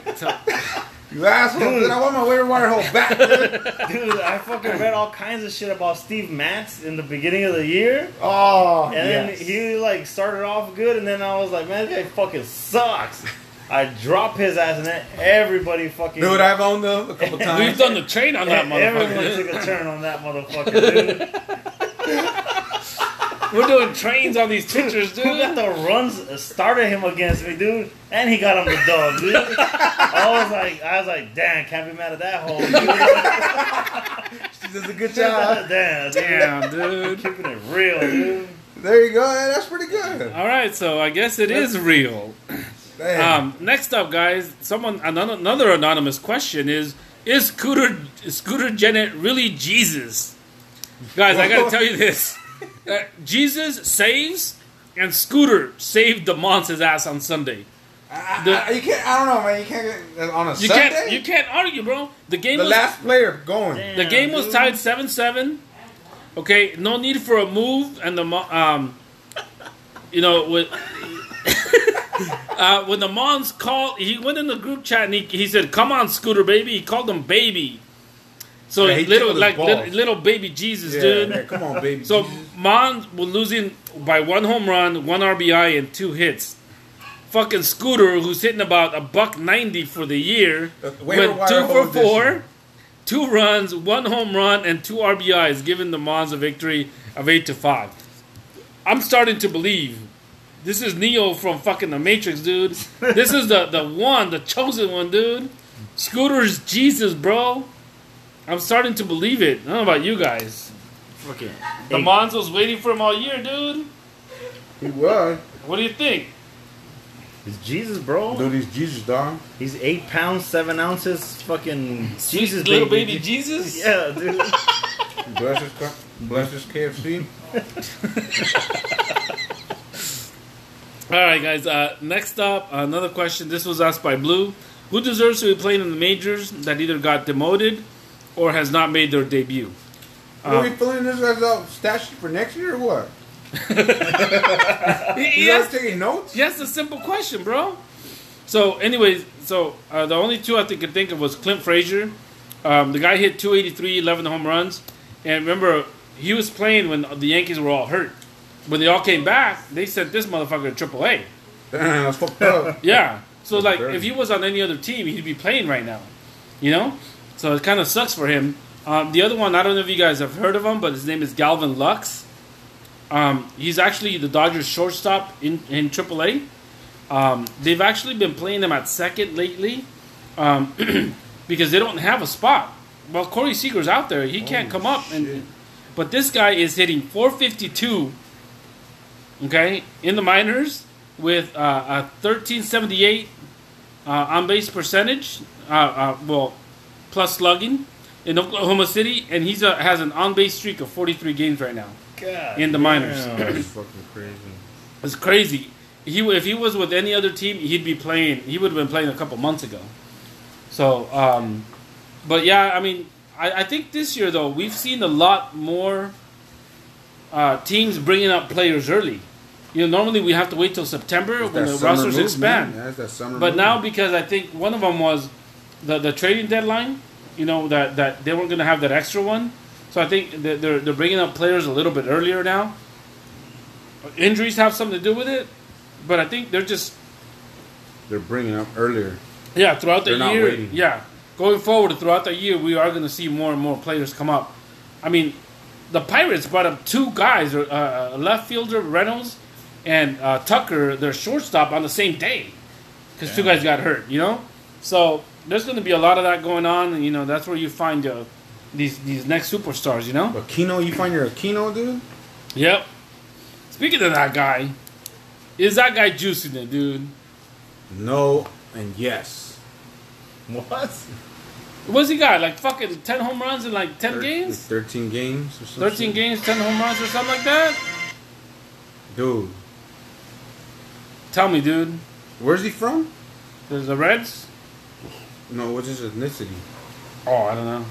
S3: you asshole. Dude, I want my waiver wire hole back, dude.
S4: Dude, I fucking read all kinds of shit about Steve Matz in the beginning of the year,
S3: [LAUGHS] Oh,
S4: and
S3: yes.
S4: then he like started off good, and then I was like, man, this guy fucking sucks. I drop his ass, and then everybody fucking
S3: Dude, I've owned them a couple
S2: We've
S3: times.
S2: done the train on
S3: [LAUGHS]
S2: that
S4: everyone
S2: motherfucker. dude.
S4: took a turn on that motherfucker, dude.
S2: We're doing trains on these pictures,
S4: Who
S2: dude.
S4: got the runs started him against me, dude? And he got him the dub,
S2: [LAUGHS]
S4: dude. I was like, I was like, damn, can't be mad at that hole.
S3: She does a good job.
S4: damn, damn,
S2: Damn, dude.
S4: keeping it real, dude.
S3: There you go. Hey, That's pretty good.
S2: All right, so I guess it is real.
S3: Damn.
S2: Um, next up, guys, someone ano- another anonymous question is: Is Scooter Scooter Janet really Jesus? Guys, I gotta tell you
S3: [LAUGHS]
S2: this: Uh, Jesus saves, and Scooter saved the monster's ass on Sunday.
S3: I,
S2: the-
S3: I- you can't. I don't know, man. You can't get on a
S2: You
S3: Sunday.
S2: can't you can't argue, bro. The game
S3: the
S2: was
S3: last player going.
S2: The game was tied seven seven. Okay, no need for a move, and the Mo- um, you know, with, [LAUGHS] uh, when the Mons called, he went in the group chat and he, he said, "Come on, Scooter baby." He called him baby, So
S3: Yeah, he
S2: little
S3: tickled his
S2: like little,
S3: balls.
S2: little baby Jesus,
S3: Yeah,
S2: dude.
S3: yeah, come on, baby.
S2: So
S3: Jesus.
S2: Mons was losing by one home run, one RBI, and two hits. Fucking Scooter, who's hitting about a buck ninety for the year,
S3: Uh, waiver
S2: went
S3: wire
S2: two for
S3: hold this
S2: four,
S3: year.
S2: two runs, one home run, and two RBIs, giving the Mons a victory of eight to five. I'm starting to believe this is Neo from fucking The Matrix,
S3: [LAUGHS]
S2: dude. This is the the one, the chosen one, dude. Scooter's Jesus, bro. I'm starting to believe it. I don't know about you guys.
S4: Fucking.
S2: The Mons was waiting for him all year, dude.
S3: he was.
S2: What do you think?
S4: It's Jesus, bro.
S3: Dude, he's Jesus, dog.
S4: He's eight pounds, seven ounces. Fucking Jesus,
S2: Little
S4: baby.
S2: baby Jesus?
S4: Yeah, dude.
S3: Bless his, co- bless his KFC.
S2: All right, guys. Uh, next up, another question. This was asked by Blue. Who deserves to be playing in the majors that either got demoted or has not made their debut?
S3: What Are we filling this guy's out stash for next year or what? [LAUGHS]
S2: He,
S3: You
S2: he
S3: guys
S2: asked-
S3: taking notes?
S2: he asked a simple question, bro. So, anyways, so uh, the only two I think could think of was Clint Frazier. Um, the guy hit 283, 11 home runs. And remember, he was playing when the Yankees were all hurt. When they all came back, they sent this motherfucker to AAA.
S3: Damn, that's fucked up.
S2: Yeah. So like,
S3: dirty.
S2: if he was on any other team, he'd be playing right now. You know. So it kind of sucks for him. Um, the other one, I don't know if you guys have heard of him, but his name is Galvin Lux. Um, he's actually the Dodgers shortstop in in AAA. Um, they've actually been playing him at second lately, um, [CLEARS THROAT] because they don't have a spot. Well, Corey Seager's out there; he can't come up.
S3: shit.
S2: And, but this guy is hitting 452 okay, in the minors with uh, a 1378 uh, on base percentage, uh, uh, well, plus slugging in Oklahoma City, and he's a, has an on base streak of 43 games right now.
S4: God
S2: In the minors. [CLEARS THROAT]
S4: damn.
S3: That's fucking crazy.
S2: It's crazy. He if he was with any other team, he'd be playing. He would have been playing a couple months ago. So, um, but yeah, I mean, I, I think this year though we've seen a lot more uh, teams bringing up players early. You know, normally we have to wait till September
S3: It's
S2: when
S3: that
S2: the
S3: summer
S2: rosters
S3: move,
S2: expand.
S3: man. That's that summer
S2: But
S3: move.
S2: now because I think one of them was the the trading deadline, you know that that they weren't going to have that extra one, so I think that they're they're bringing up players a little bit earlier now. Injuries have something to do with it, but I think they're just
S3: they're bringing up earlier.
S2: yeah throughout the
S3: They're not
S2: year
S3: waiting.
S2: yeah going forward throughout the year we are going to see more and more players come up. I mean, the Pirates brought up two guys, uh, a left fielder Reynolds and uh, Tucker, their shortstop, on the same day because two guys got hurt. You know, so there's going to be a lot of that going on, and you know that's where you find uh, these these next superstars. You know.
S3: But Kino, you find you're a Kino, dude?
S2: Yep. Speaking of that guy, is that guy juicing it, dude?
S3: No and yes.
S4: What?
S2: What's he got? Like fucking ten home runs in like ten
S3: Thir-
S2: games,
S3: Thirteen games or something.
S2: thirteen games, ten home runs or something like that.
S3: Dude,
S2: Tell me, dude.
S3: where's he from?
S2: There's the Reds.
S3: No, what's his ethnicity?
S2: Oh, I don't know.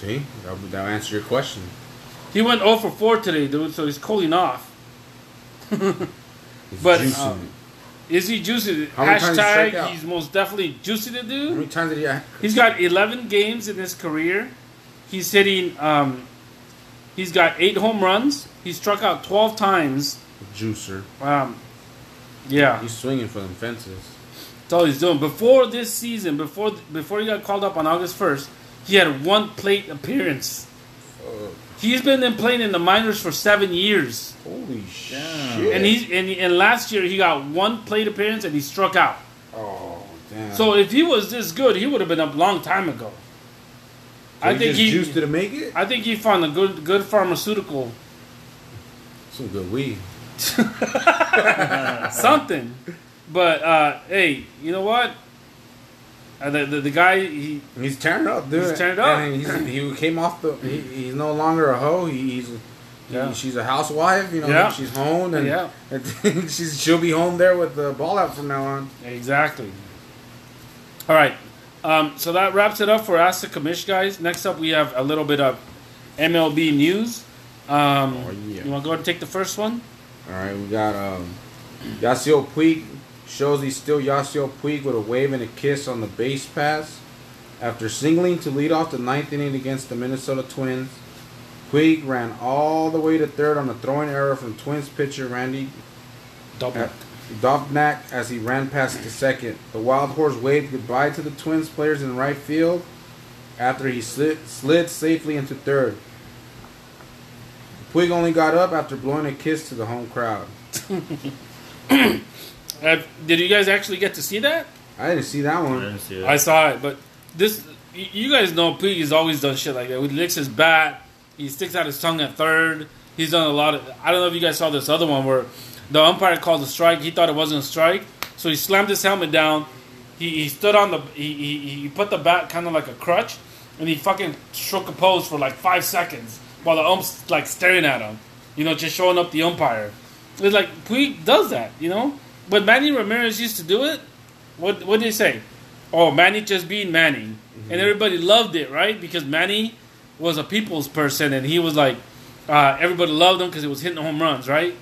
S3: See? That'll, that'll answer your question.
S2: He went 0 for 4 today, dude, so he's cooling off.
S3: He's
S2: But,
S3: juicing
S2: um,
S3: it.
S2: Is he juicing it?
S3: How many times he struck
S2: Hashtag
S3: out?
S2: he's most definitely juicing it,
S3: How
S2: dude.
S3: many times did he? act-
S2: He's got 11 games in his career. He's hitting, um, he's got 8 home runs. He struck out 12 times.
S3: Juicer.
S2: Um, yeah.
S3: He's swinging for them fences.
S2: That's all he's doing. Before this season, before before he got called up on August first, he had one plate appearance.
S3: Oh.
S2: He's been in playing in the minors for seven years,
S3: Holy shit!
S2: and he's and, and last year he got one plate appearance and he struck out.
S3: oh damn!
S2: So if he was this good, he would have been up a long time ago. I
S3: he
S2: think
S3: just
S2: he,
S3: juiced it to make it.
S2: I think he found a good good pharmaceutical
S3: Some good weed.
S2: something. But uh, hey, you know what? Uh, the, the the guy he
S3: He's tearing up, dude.
S2: He's tearing up.
S3: And he's, he came off the. He, he's no longer a hoe. He, he's. he-
S2: Yeah.
S3: she's a housewife, you know.
S2: Yeah.
S3: She's home, and,
S2: Yeah.
S3: and [LAUGHS] she's she'll be home there with the ball out from now on.
S2: Exactly. All right. Um, so that wraps it up for Ask the Commish, guys. Next up, we have a little bit of MLB news. Um,
S3: Oh, yeah.
S2: You want to go ahead and take the first one?
S3: All right, we got um, Yasiel Puig shows he's still Yasiel Puig with a wave and a kiss on the base pass After singling to lead off the ninth inning against the Minnesota Twins, Puig ran all the way to third on a throwing error from Twins pitcher Randy
S2: Double.
S3: at Dobnak as he ran past the second. The Wild Horse waved goodbye to the Twins players in right field after he slid, slid safely into third. Puig only got up after blowing a kiss to the home crowd.
S2: Uh, did you guys actually get to see that?
S3: I didn't see that
S4: I
S3: one.
S4: didn't see it.
S2: I saw it, but this y- you guys know Puig has always done shit like that. He licks his bat, he sticks out his tongue at third. He's done a lot of. I don't know if you guys saw this other one where the umpire called a strike. He thought it wasn't a strike, so he slammed his helmet down. He, he stood on the he, he, he put the bat kind of like a crutch, and he fucking shook a pose for like five seconds while the ump's like staring at him, you know, just showing up the umpire. It's like Puig does that, you know. But Manny Ramirez used to do it. What what did he say? Oh, Manny just being Manny, and everybody loved it, right? Because Manny was a people's person, and he was like, uh, everybody loved him because he was hitting home runs, right?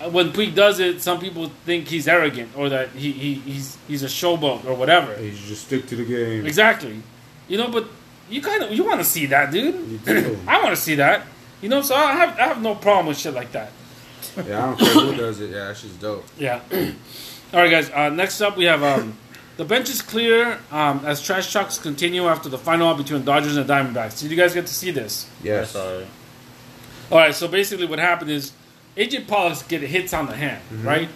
S2: Uh, When Puig does it, some people think he's arrogant or that he, he he's he's a showboat or whatever.
S3: You should just stick to the game.
S2: Exactly, you know. But you kind of you want to see that, dude.
S3: You do.
S2: I want to see that, you know. So I have I have no problem with shit like that.
S3: Yeah, I don't care who does it. Yeah, that shit's
S2: [LAUGHS]
S3: dope.
S2: Yeah. [CLEARS THROAT] All right, guys. Uh, next up, we have um, the bench is clear um, as trash talks continue after the final out between Dodgers and Diamondbacks. Did you guys get to see this?
S4: I
S3: Yes.
S4: saw it.
S2: All right. So basically, what happened is AJ Pollock's get hits on the hand, right?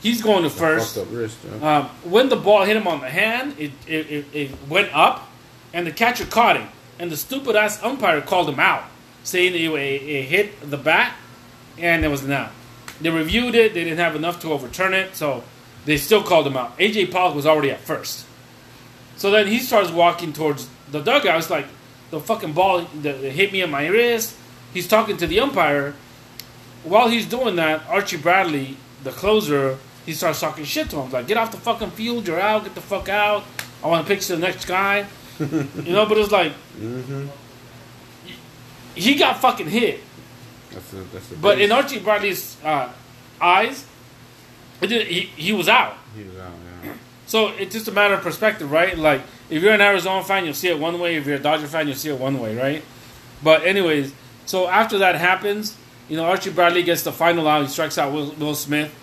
S2: He's going to first.
S3: Fucked up wrist. huh?
S2: Um, when the ball hit him on the hand, it, it, it, it went up, and the catcher caught it. And the stupid ass umpire called him out, saying it, it, it hit the bat, and it was an out. They reviewed it, they didn't have enough to overturn it, so they still called him out. AJ Pollock was already at first. So then he starts walking towards the dugout. It's like the fucking ball that that hit me in my wrist. He's talking to the umpire. While he's doing that, Archie Bradley, the closer, he starts talking shit to him. Like, get off the fucking field. You're out. Get the fuck out. I want to pitch to the next guy. you know, but it's like he got fucking hit.
S3: That's the, that's the
S2: But in
S3: base.
S2: Archie Bradley's uh, eyes, it did, he he was out.
S3: He was out, yeah.
S2: So it's just a matter of perspective, right? Like if you're an Arizona fan, you'll see it one way. If you're a Dodger fan, you'll see it one way, right? But anyways, so after that happens, you know Archie Bradley gets the final out. He strikes out Will, Will Smith,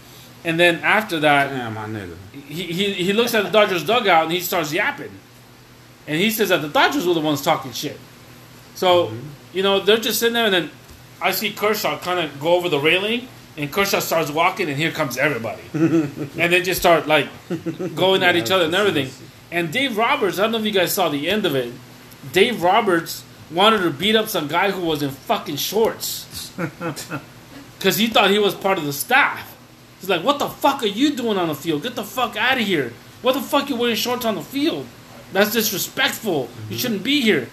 S2: and then after that,
S3: Damn, my nigga.
S2: he, he he looks at the Dodgers dugout and he starts yapping, and he says that the Dodgers were the ones talking shit. So you know they're just sitting there, and then I see Kershaw kind of go over the railing. And Kershaw starts walking, and here comes everybody, and they just start like going at each other and everything. And Dave Roberts, I don't know if you guys saw the end of it. Dave Roberts wanted to beat up some guy who was in fucking shorts because he thought he was part of the staff. He's like, "What the fuck are you doing on the field? Get the fuck out of here! What the fuck you wearing shorts on the field? That's disrespectful. You shouldn't be here."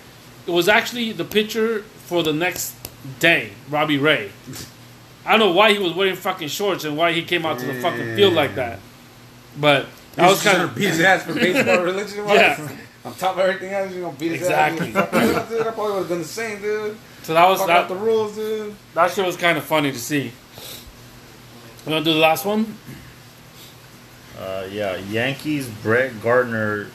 S2: It was actually the pitcher for the next day, Robbie Ray. I don't know why he was wearing fucking shorts and why he came out to the fucking field like that, but
S3: I
S2: I was kind
S3: gonna
S2: of
S3: beat his ass
S2: [LAUGHS]
S3: for baseball religion.
S2: Yeah.
S3: On top of everything else, you're gonna beat his
S2: Exactly.
S3: ass. Exactly. I probably would have done the same, dude.
S2: so that was
S3: Fuck
S2: that,
S3: out the rules, dude.
S2: That shit was kind of funny to see. You want to do the last one?
S4: Uh, yeah, Yankees Brett Gardner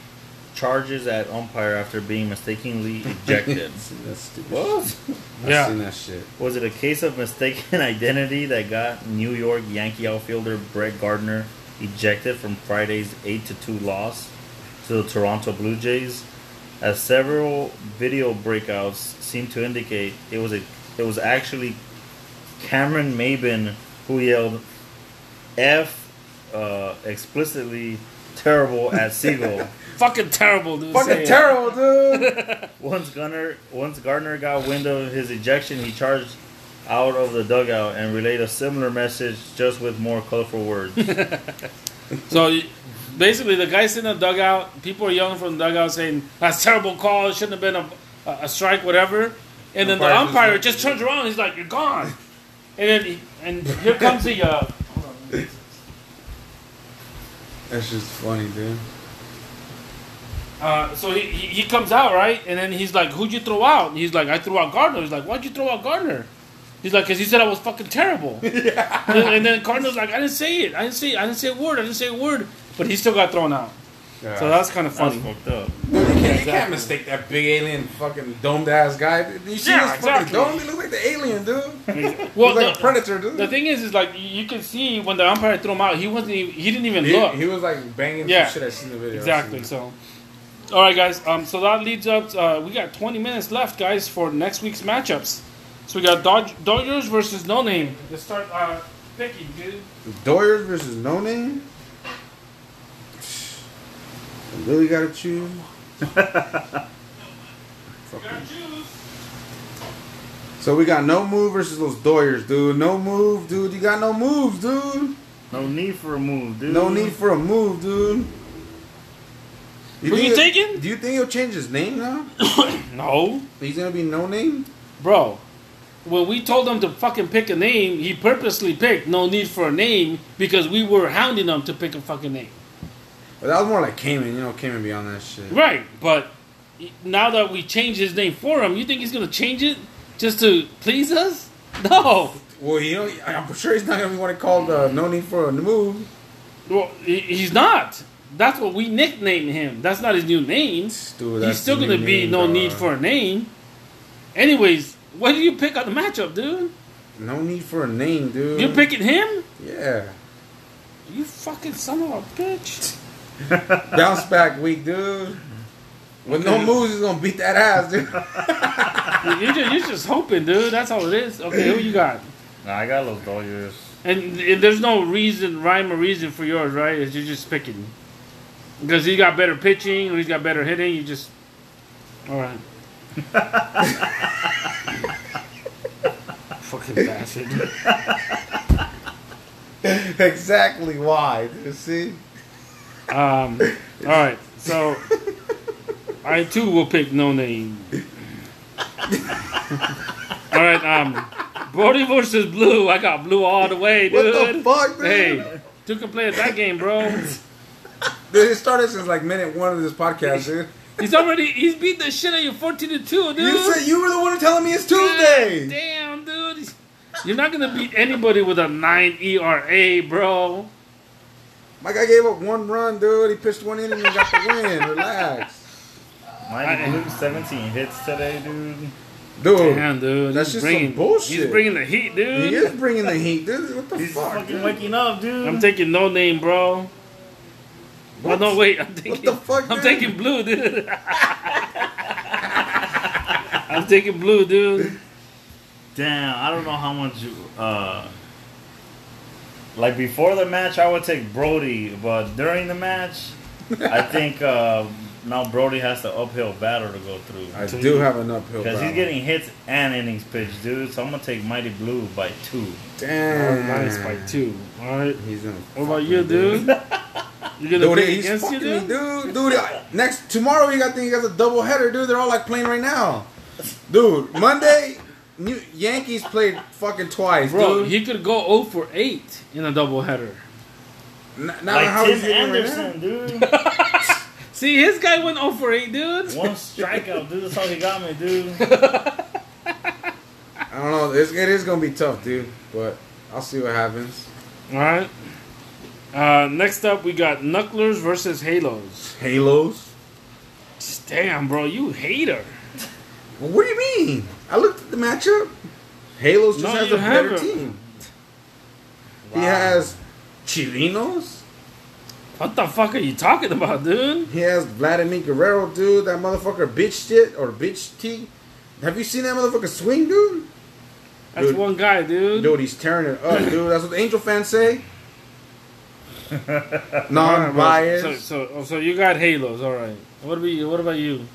S4: charges at umpire after being mistakenly ejected.
S3: That's
S4: [LAUGHS]
S3: stupid.
S4: what?
S3: I've
S2: Yeah.
S3: seen that shit.
S4: Was it a case of mistaken [LAUGHS] identity that got New York Yankee outfielder Brett Gardner ejected from Friday's 8 to 2 loss to the Toronto Blue Jays? As several video breakouts seem to indicate it was a it was actually Cameron Maben who yelled F uh, explicitly terrible at Siegel.
S2: Fucking terrible, dude. Say
S3: Fucking
S2: it.
S3: terrible,
S2: [LAUGHS]
S3: dude.
S4: Once Gunner, once Gardner got wind of his ejection, he charged out of the dugout and relayed a similar message, just with more colorful words.
S2: So y- basically, the guys in the dugout, people are yelling from the dugout saying, that's terrible call, it shouldn't have been a, a, a strike, whatever. And then the
S3: Umpire
S2: umpire
S3: just-
S2: just turns around, he's like, you're gone. And then he, and here comes the. Uh, hold on, let me-
S3: That's just funny, dude.
S2: Uh, so he, he he comes out right, and then he's like, "Who'd you throw out?" And he's like, "I threw out Gardner." He's like, "Why'd you throw out Gardner?" He's like, "Cause he said I was fucking
S3: [LAUGHS]
S2: terrible." and, and then Cardinals like, "I didn't say it. I didn't say. I didn't say a word. I didn't say a word." But he still got thrown out. So that's kind of
S4: That's
S2: funny.
S4: fucked up.
S3: Dude, you, can't, you
S5: Exactly.
S3: can't mistake that big alien fucking domed ass guy. Dude, You see
S2: Yeah,
S3: this fucking
S2: exactly.
S3: dome? He looks like the alien, dude. He
S2: Well,
S3: looks like a
S2: the,
S3: predator, dude.
S2: the thing is, is like you can see when the umpire threw him out, he wasn't. Even, he didn't even
S3: he,
S2: look.
S3: he was like banging
S2: Yeah.
S3: some shit I seen in the video.
S2: Exactly. So, all right, guys. Um, so that leads up. Uh, we got 20 minutes left, guys, for next week's matchups. So we got Dodge, Dodgers versus No Name. Let's start uh, picking, dude.
S3: Doyers versus No Name. Really gotta choose.
S2: You gotta choose.
S3: So we got no move versus those Doyers, dude. No move, dude. You got no moves, dude.
S4: No need for a move, dude.
S3: No need for a move, dude.
S2: Who
S3: think
S2: you
S3: he'll-
S2: taking?
S3: Do you think he'll change his name now?
S2: [COUGHS] No,
S3: He's gonna be no name.
S2: bro. When we told him to fucking pick a name, he purposely picked no need for a name because we were hounding him to pick a fucking name.
S3: But that was more like Cayman. You know, Cayman be on that shit.
S2: Right, but now that we changed his name for him, you think he's gonna change it just to please us? No.
S3: Well, you know, I'm sure he's not gonna want to call the uh, no need for a move.
S2: Well, he- he's not. That's what we nicknamed him. That's not his new name.
S3: Dude,
S2: he's
S3: that's
S2: still
S3: the
S2: gonna
S3: new
S2: be
S3: name,
S2: no
S3: dog.
S2: need for a name. Anyways, what do you pick on the matchup, dude?
S3: No need for a name, dude.
S2: You picking him?
S3: Yeah.
S2: You fucking son of a
S3: [LAUGHS]
S2: bitch.
S3: Bounce back week, dude. With no moves, he's gonna beat that ass, dude. [LAUGHS]
S2: You- You're just, you're just hoping, dude. That's all it is. Okay, who you got?
S4: Nah, I got those Dodgers.
S2: And, and there's no reason, rhyme or reason for yours, right? It's you're just picking because he got better pitching or he's got better hitting. You just all right. [LAUGHS] Fucking bastard.
S3: exactly why, dude. See?
S2: Um, all right, so I too will pick no name. [LAUGHS] all right, um, Brody versus Blue. I got Blue all the way,
S3: What
S2: dude.
S3: the fuck, dude?
S2: Hey, two can play at that game, bro.
S3: Dude, it started since like minute one of this podcast, dude.
S2: He's already he's beat the shit out of you fourteen to two, dude.
S3: You said you were the one telling me it's
S2: God
S3: Tuesday.
S2: Damn, dude. You're not gonna beat anybody with a nine ERA, bro.
S3: My guy gave up one run, dude. He pitched one inning and got the win. Relax,
S2: I-
S4: Mine blew 17 hits today, dude.
S3: dude.
S2: Damn, dude.
S3: That's
S2: he's
S3: just some
S2: bringing,
S3: bullshit.
S2: He's bringing the heat, dude.
S3: He is bringing the heat, dude. What the
S4: He's
S3: fuck?
S4: fucking
S3: dude?
S4: waking up, dude.
S2: I'm taking no name, bro. Oh
S3: What?
S2: no, wait. I'm taking.
S3: the fuck,
S2: I'm
S3: dude?
S2: taking blue, dude. [LAUGHS] I'm taking blue, dude.
S4: Damn, I don't know how much. you- Uh, like before the match, I would take Brody, but during the match, [LAUGHS] I think uh, now Brody has the uphill battle to go through
S3: I do have an uphill
S4: because
S3: battle.
S4: he's getting hits and innings pitched, dude. So I'm gonna take Mighty Blue by two.
S3: damn.
S4: Oh,
S2: Nice fight too. All right.
S3: He's gonna.
S2: What about you, dude? You gonna
S3: Dude,
S2: play
S3: he's
S2: against you,
S3: fucking
S2: dude?
S3: me, dude. Dude, I- next tomorrow you got think you got a double header, dude. They're all like playing right now, dude. Monday, New, Yankees played fucking twice,
S2: Bro,
S3: dude.
S2: he could go 0 for 8 in a doubleheader.
S3: N- not how
S4: Like
S3: he's
S4: Tim
S3: hitting right now.
S4: Anderson,
S3: [LAUGHS]
S4: dude.
S2: See, his guy went 0 for 8, dude.
S4: One strikeout, dude. That's all he got me, dude.
S3: [LAUGHS] I don't know. It's, it is gonna be tough, dude. But I'll see what happens.
S2: All right. Uh, next up, we got Knucklers versus Halos.
S3: Halos.
S2: Damn, bro, you hater.
S3: Well, what do you mean? I looked at the matchup. Halos just
S2: No,
S3: has
S2: you
S3: a better
S2: haven't.
S3: team. He has Chilinos.
S2: What the fuck are you talking about, dude?
S3: He has Vladimir Guerrero, dude. That motherfucker bitch shit or bitch T. Have you seen that motherfucker swing, dude?
S2: That's
S3: Dude.
S2: one guy, dude.
S3: Dude, he's tearing it up, dude. That's what the Angel
S2: [LAUGHS]
S3: fans say.
S2: All right, bro.
S3: Non-biased.
S2: So, so, oh, so you got Halos, all right. What about you? What about you?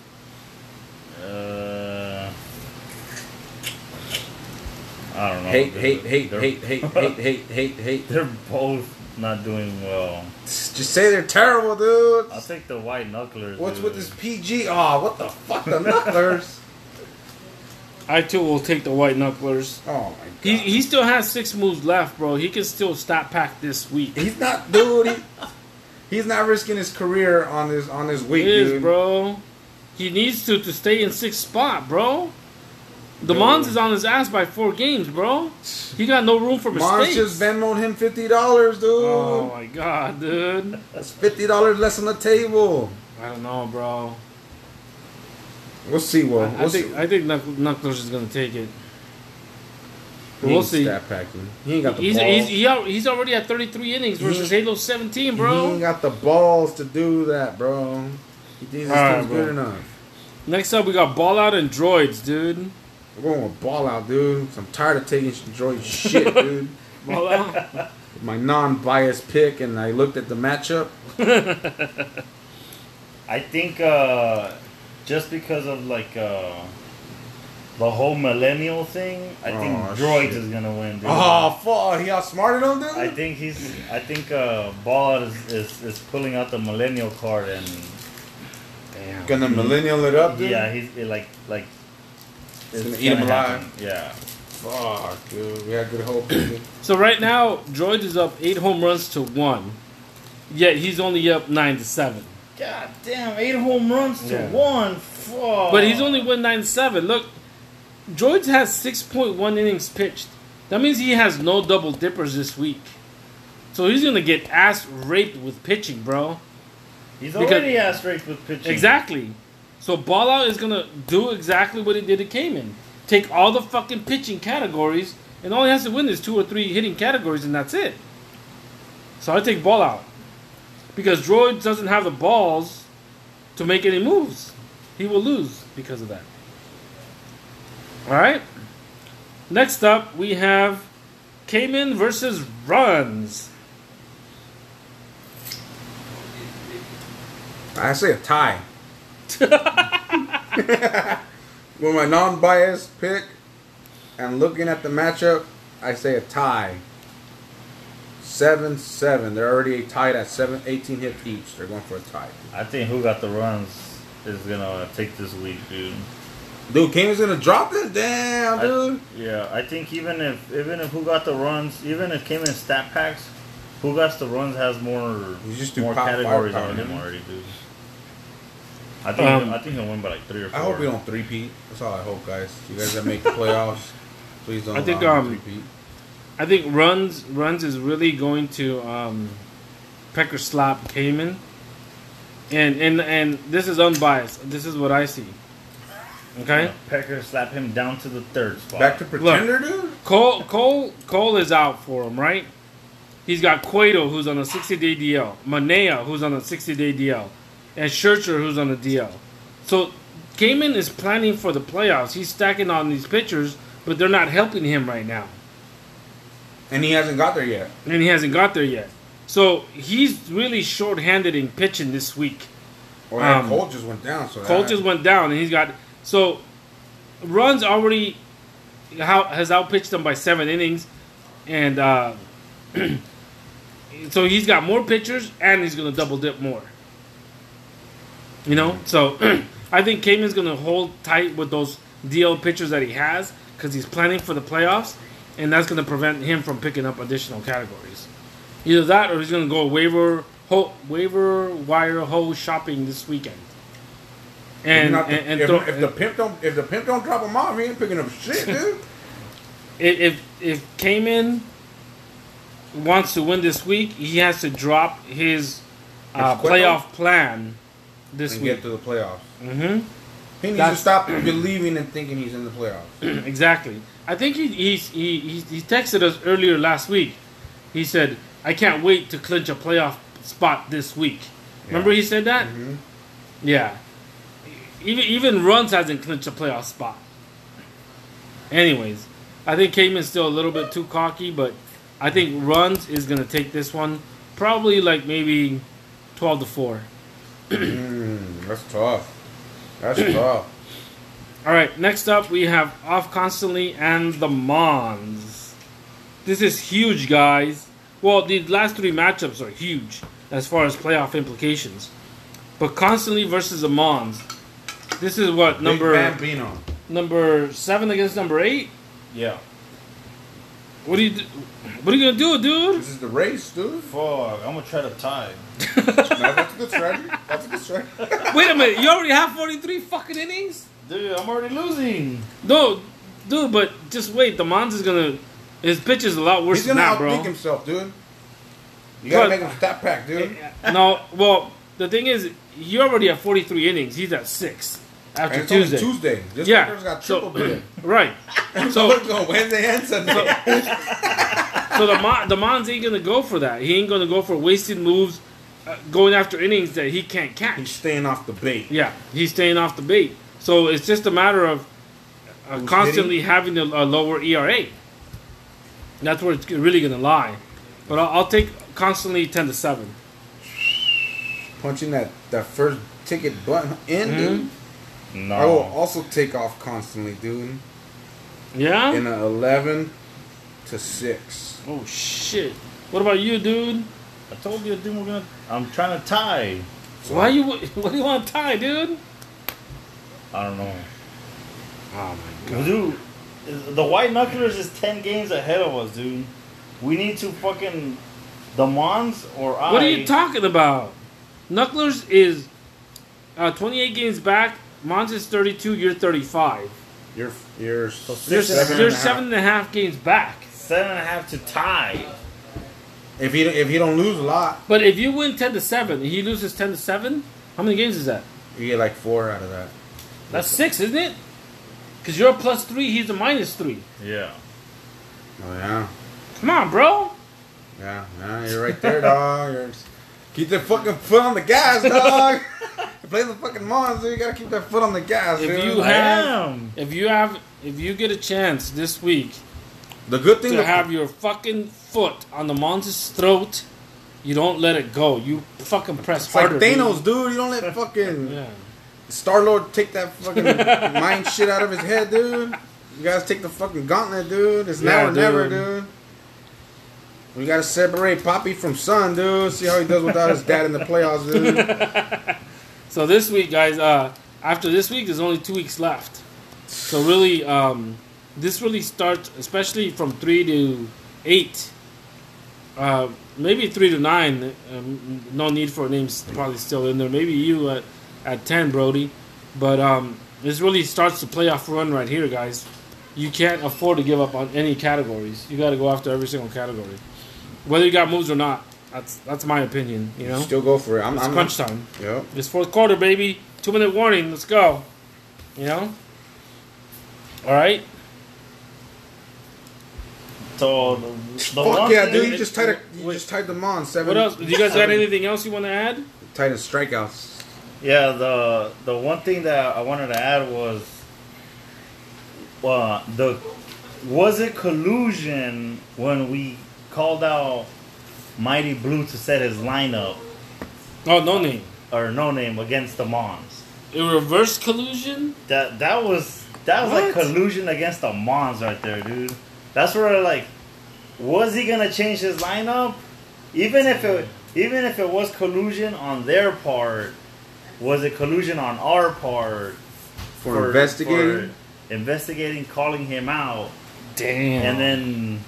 S4: Uh, I don't know.
S3: hate,
S4: dude.
S3: hate, hate,
S4: They're-
S3: hate, hate, hate, hate, hate, hate.
S4: They're both not doing well.
S3: Just say they're terrible, dude.
S4: I'll take the white knucklers.
S3: What's
S4: dude.
S3: with this PG? Oh, what the fuck,
S2: [LAUGHS]
S3: the knucklers?
S2: I too will take the white knucklers.
S3: Oh my god.
S2: He, he still has six moves left, bro. He can still stop pack this week.
S3: he's not, dude. He, he's not risking his career on this on this week,
S2: It is,
S3: dude.
S2: bro. He needs to to stay in sixth spot, bro. The Mons is on his ass by four games, bro. He got no room for
S3: Mons
S2: mistakes.
S3: just Venmoed him fifty dollars, dude.
S2: oh my god, dude.
S3: That's fifty dollars less on the table.
S2: I don't know, bro.
S3: We'll see.
S2: I,
S3: Well,
S2: I
S3: we'll
S2: think
S3: see.
S2: I think Knuck- Knuckles is gonna take it. We'll
S3: He's
S2: see.
S3: stat packing. He ain't got the
S2: He's
S3: balls.
S2: he's, he al- he's already at 33 innings versus Halo 17,
S3: He ain't
S2: bro.
S3: got the balls to do that, bro. He thinks his
S2: Alright,
S3: team's
S2: bro.
S3: good enough.
S2: Next up, we got Ball Out and Droids, dude.
S3: We're going with ball out, dude. 'cause I'm tired of taking droid
S2: [LAUGHS]
S3: shit, dude.
S2: Ball Out.
S3: [LAUGHS] My non-biased pick, and I looked at the matchup.
S4: I think uh, just because of like uh, the whole millennial thing, I think
S3: Aw,
S4: Droids
S3: shit.
S4: is gonna win. Dude.
S3: Oh, fuck. He outsmarted him, dude?
S4: I think he's. I think uh, Ball is, is is pulling out the millennial card and
S2: Damn.
S3: Gonna millennial it up, dude?
S4: yeah, he's it like like.
S3: He's
S4: it's
S3: gonna eat him
S4: gonna
S3: alive.
S4: happen. Yeah.
S3: Fuck, dude. We had good hope. dude.
S2: So right now, Droids is up eight home runs to one. Yet he's only up nine to seven.
S4: God damn! Eight home runs to
S2: Yeah.
S4: one. Fuck.
S2: But he's only won nine to seven. Look, Droids has six point one innings pitched. That means he has no double dippers this week. So he's gonna get ass raped with pitching, bro.
S4: He's
S2: because-
S4: already ass raped with pitching.
S2: Exactly. So ball out is gonna do exactly what he did at Cayman. Take all the fucking pitching categories, and all he has to win is two or three hitting categories, and that's it. So I take ball out because Droid doesn't have the balls to make any moves. He will lose because of that. All right. Next up, we have Cayman versus Runs.
S3: I say a tie. With my non-biased pick and looking at the matchup, I say a tie. 7-7. They're already tied at 7, 18 hits each. They're going for a tie.
S4: I think who got the runs is gonna take this week, dude.
S3: Dude, King's gonna drop this? Damn,
S4: I-
S3: dude.
S4: Yeah, I think even if even if who got the runs, even if came in stat packs, who got the runs has more
S3: You just do
S4: more
S3: pop
S4: categories
S3: firepower,
S4: on him
S3: man.
S4: already, dude. I think
S2: Um,
S4: I think he'll win by like three or four.
S3: I hope we don't three-peat. That's all I hope, guys. You guys that make the playoffs, please don't
S2: I think,
S3: allow me
S2: um,
S3: to three-peat.
S2: I think runs runs is really going to um, pecker slap Cayman, and and and this is unbiased. This is what I see. Okay,
S4: Pecker slap him down to the third spot.
S3: Back to Pretender, dude?
S2: Cole Cole Cole is out for him, right? He's got Cueto, who's on a 60-day DL, Manea, who's on a 60-day DL, and Scherzer, who's on a DL. So Cayman is planning for the playoffs. He's stacking on these pitchers, but they're not helping him right now.
S3: And he hasn't got there yet.
S2: and he hasn't got there yet. So he's really shorthanded in pitching this week.
S3: Or and
S2: Um,
S3: Cole just went down. So
S2: Cole
S3: that-
S2: just went down, and he's got so runs already how, has outpitched him by seven innings, and uh, [CLEARS THROAT] so he's got more pitchers, and he's going to double dip more. You know, so [CLEARS THROAT] I think Cayman's going to hold tight with those DL pitchers that he has because he's planning for the playoffs, and that's going to prevent him from picking up additional categories. Either that, or he's going to go waiver ho- waiver wire hole shopping this weekend.
S3: If
S2: And,
S3: not the-
S2: and, and
S3: if,
S2: throw-
S3: if the pimp don't if the pimp don't drop him off, he ain't picking
S2: [LAUGHS]
S3: up shit, dude.
S2: if if, if Cayman wants to win this week, he has to drop his uh,
S3: If Cueto-
S2: playoff plan this
S3: and
S2: week.
S3: get to the playoffs.
S2: hmm
S3: He needs
S2: That's-
S3: to stop believing and thinking he's in the
S2: [CLEARS THROAT]
S3: playoffs.
S2: exactly. I think he he's, he he he texted us earlier last week. He said, "I can't wait to clinch a playoff spot this week." Remember he said that?
S3: Mhm.
S2: Yeah. Even even runs hasn't clinched a playoff spot. Anyways, I think Cayman's still a little bit too cocky, but I think runs is gonna take this one probably like maybe twelve to four.
S3: Mm, that's tough.
S2: [CLEARS THROAT]
S3: That's tough.
S2: All right, next up we have Off Constantly and the Mons. This is huge, guys. Well, these last three matchups are huge as far as playoff implications. But Constantly versus the Mons. This is what
S3: Big
S2: number
S3: Bambino.
S2: number seven against number eight.
S4: Yeah.
S2: What are you do- What are you gonna do, dude?
S3: This is the race, dude.
S4: Fuck, I'm gonna try to tie.
S3: Now, that's a good strategy. That's a good strategy.
S2: [LAUGHS] Wait a minute, you already have forty three fucking innings.
S4: Dude, I'm already losing.
S2: No, dude. But just wait, the Mons is gonna his pitch is a lot worse
S3: He's gonna
S2: than that,
S3: outthink
S2: bro.
S3: himself, dude. You gotta
S2: But-
S3: make him stop pack, dude.
S2: no, well, the thing is, you're already at 43 innings. He's at six
S3: And
S2: after
S3: it's only
S2: Tuesday.
S3: Tuesday. This
S2: Yeah,
S3: fucker's got
S2: so-
S3: triple bill.
S2: Right. [CLEARS THROAT]
S3: So
S2: So,
S3: it's on Wednesday and Sunday.
S2: so the Mon, the Mons ain't gonna go for that. He ain't gonna go for wasted moves, uh, going after innings that he can't
S3: He's
S2: catch.
S3: staying off the bait.
S2: Yeah, he's staying off the bait. So it's just a matter of uh, constantly having a, a lower ERA. That's where it's really gonna lie. But I'll, I'll take constantly 10 to seven.
S3: Punching that, that first ticket button in,
S2: Mm-hmm.
S3: dude.
S4: No.
S3: I will
S2: Um,
S3: also take off constantly, dude.
S2: Yeah.
S3: In a 11 to 6.
S2: Oh shit! What about you, dude?
S4: I told you, dude, we're gonna. I'm trying to tie.
S2: Why you? [LAUGHS] What do you want to tie, dude?
S4: I don't know.
S2: Oh my
S4: Dude, the White Knucklers is 10 games ahead of us, dude. We need to fucking. The Mons or I.
S2: What are you talking about? Knucklers is uh, 28 games back. Mons is 32. You're 35.
S3: You're, you're,
S2: You're,
S4: Six and a
S2: seven you're seven and a half games back.
S4: Seven and a half to tie.
S3: If he, if he don't lose a lot,
S2: But if you win 10 to seven, and he loses 10 to seven. How many games is that?
S3: you get like 4 out of that.
S2: That's six, isn't it? Because you're a plus three. He's a minus three.
S4: Yeah.
S3: Oh, yeah.
S2: Come on, bro.
S3: Yeah, yeah, you're
S2: [LAUGHS]
S3: right there, dog. You're- keep that fucking foot on the gas, dog. you play the fucking monster, you gotta keep that foot on the gas,
S2: If
S3: dude.
S2: you
S4: I
S2: have-
S4: am.
S2: If you have, if you get a chance this week
S3: the good thing
S2: to
S3: to
S2: have your fucking foot on the monster's throat. You don't let it go. You fucking press
S3: it's like
S2: harder. dude.
S3: Thanos, dude. You don't
S2: [LAUGHS]
S3: let fucking
S2: Yeah.
S3: Star Lord take that fucking
S2: [LAUGHS]
S3: mind shit out of his head, dude. You guys take the fucking gauntlet, dude. It's
S2: Yeah,
S3: now or never,
S2: dude.
S3: dude. We gotta separate Poppy from Son, dude. See how he does without his dad in the playoffs,
S2: [LAUGHS]
S3: dude.
S2: So this week, guys. Uh, after this week, there's only two weeks left. So really, um, this really starts, especially from three to eight. Uh, maybe three to nine. Um, no need for names probably still in there. Maybe you at, at ten, Brody. But um, this really starts the playoff run right here, guys. You can't afford to give up on any categories. You got to go after every single category, whether you got moves or not. That's that's my opinion. You know,
S3: Still go for it. I'm,
S2: it's
S3: I'm
S2: crunch time.
S3: Yep.
S2: It's fourth quarter, baby. Two minute warning. Let's go. You know. All right.
S4: So, the, the
S3: Fuck
S4: one
S3: yeah,
S4: thing-
S3: dude. You
S2: it-
S3: just tied a,
S2: it-
S3: you
S2: Oh, wait.
S3: just tied them on seven.
S2: What else? Do you guys got anything else you want to add?
S3: Titan strikeouts.
S4: Yeah, the the one thing that I wanted to add was uh, the was it collusion when we called out Mighty Blue to set his lineup
S2: Oh, no name.
S4: or no name against the Mons.
S2: A reverse collusion.
S4: That that was that was like
S2: What?
S4: collusion against the Mons right there, dude. That's where like was he gonna change his lineup? Even if it even if it was collusion on their part, was it collusion on our part?
S3: for, investigating.
S4: for investigating, calling him out,
S2: Damn.
S4: and then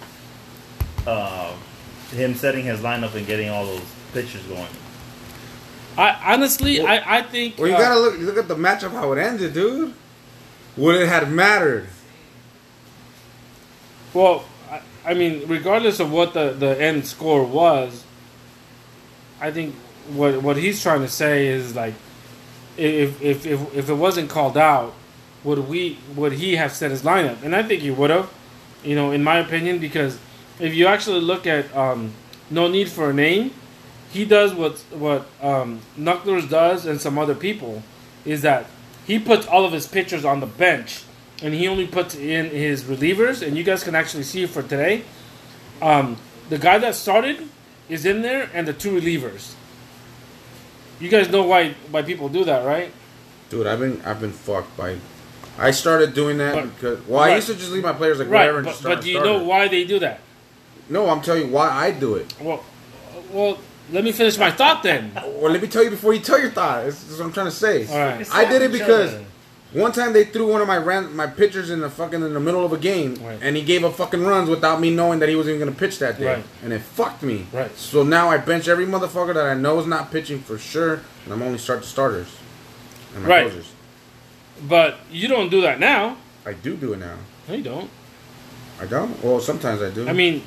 S4: uh, him setting his lineup and getting all those pitchers going.
S2: I honestly, I I think.
S3: well, you
S2: uh,
S3: gotta look look at the matchup how it ended, dude. Would it have mattered?
S2: Well, I, I mean, regardless of what the, the end score was, I think what what he's trying to say is like, if if if, if it wasn't called out, would we would he have set his lineup? And I think he would have, you know, in my opinion, because if you actually look at um, no need for a name, he does what what um, Knucklers does and some other people is that he puts all of his pitchers on the bench and he only puts in his relievers and you guys can actually see for today um, the guy that started is in there and the two relievers you guys know why why people do that right
S3: Dude, I've been I've been fucked by. I started doing that
S2: But-
S3: because well,
S2: right.
S3: I used to just leave my players like whatever
S2: right
S3: and
S2: but,
S3: just start.
S2: but do you know
S3: why?
S2: why they do that
S3: No, I'm telling you why I do it.
S2: well well let me finish my thought then
S3: Well, let me tell you before you tell your thought. This is what I'm trying to say.
S2: all right
S3: I did it
S4: Each
S3: because
S4: other.
S3: one time they threw one of my ran- my pitchers in the fucking in the middle of a game,
S2: Right.
S3: and he gave up fucking runs without me knowing that he was even gonna pitch that day,
S2: Right.
S3: and it fucked me.
S2: Right.
S3: So now I bench every motherfucker that I know is not pitching for sure, and I'm only start the starters and my
S2: Right.
S3: closers.
S2: but you don't do that now
S3: I do do it now.
S2: No, you don't.
S3: I don't. Well, sometimes I do.
S2: I mean,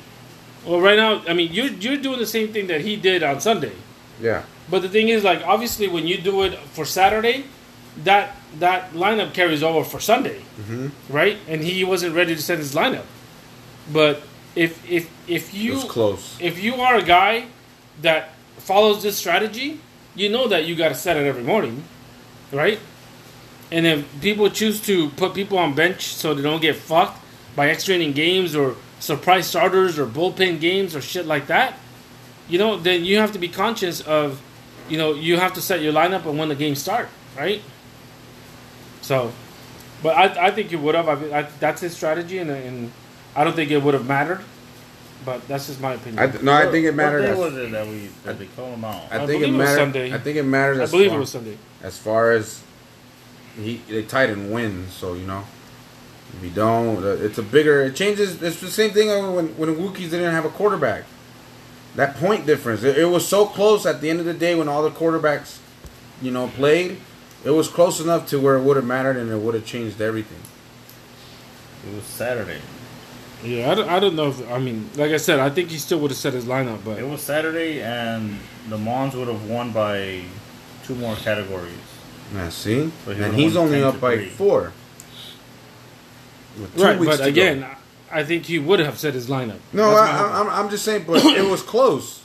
S2: well, right now, I mean, you're you're doing the same thing that he did on Sunday.
S3: yeah.
S2: But the thing is, like, obviously, when you do it for Saturday, that that lineup carries over for Sunday,
S3: Mm-hmm.
S2: right? And he wasn't ready to set his lineup. But if if if
S3: It
S2: you
S3: was close.
S2: if you are a guy that follows this strategy, you know that you got to set it every morning, right? And if people choose to put people on bench so they don't get fucked by extra inning games or surprise starters or bullpen games or shit like that, you know, then you have to be conscious of, you know, you have to set your lineup and when the games start, right? So, but I, I think it would have. I, I, that's his strategy, and, and I don't think it would have mattered. But that's just my opinion.
S3: I th- no, I think it mattered.
S4: What day
S3: as-
S4: was it that we that they called him out?
S3: I,
S2: I believe
S3: think it
S2: it was
S3: mattered.
S2: Sunday.
S3: I think it mattered.
S2: I
S3: as
S2: believe
S3: far,
S2: it was Sunday.
S3: as far as he they tied and win. So you know, if you don't, uh, it's a bigger. It changes. It's the same thing when when the Wookiees didn't have a quarterback. That point difference. It, it was so close at the end of the day when all the quarterbacks, you know, played. It was close enough to where it would have mattered and it would have changed everything.
S4: It was Saturday.
S2: Yeah, I don't, I don't know. If, I mean, like I said, I think he still would have set his lineup,
S4: It
S2: but
S4: was Saturday, and the Mons would have won by two more categories.
S3: Yeah,
S4: So
S3: see,
S4: he
S3: and
S4: would've
S3: he's
S4: won
S3: only
S4: 10 to
S3: up by
S4: three.
S3: four. With two
S2: right.
S3: weeks
S2: But
S3: to go.
S2: again, I I think he would have set his lineup.
S3: No,
S2: That's
S3: I,
S2: my-
S3: I'm, I'm- I'm just saying, but it was close.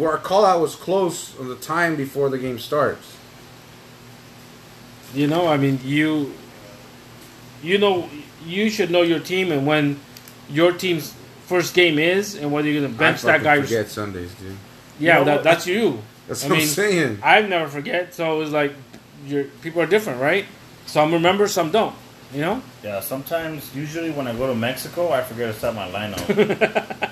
S3: Our call out was close on the time before the game starts.
S2: you know, I mean, you, you know, you should know your team and when your team's first game is, and whether you're gonna bench
S3: I
S2: that
S3: fucking
S2: guy. or-
S3: Forget Sundays, dude.
S4: You
S2: Yeah,
S4: know
S2: that,
S4: what?
S2: that's you.
S3: That's
S2: I
S3: what
S2: mean,
S3: I'm saying.
S2: I never forget. So it was like, your people are different, right? Some remember, some don't. You know.
S4: Yeah, sometimes, usually when I go to Mexico, I forget to set my lineup.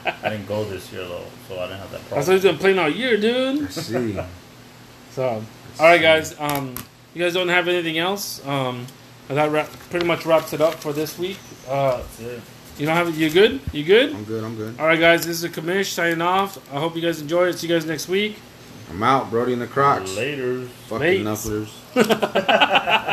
S2: [LAUGHS]
S4: I didn't go this year though, so I didn't have that problem.
S2: That's what he's been playing all year, dude.
S3: I see.
S2: So, all right, guys. Um, you guys don't have anything else. Um, that wrap, pretty much wraps it up for this week. Uh,
S4: That's it.
S2: you don't have you good? You good?
S3: I'm good. I'm good.
S2: All right, guys. This is the commish signing off. I hope you guys enjoy it. See you guys next week.
S3: I'm out. Brody and the Crocs.
S4: Later.
S3: Fucking
S2: Late.
S3: knucklers.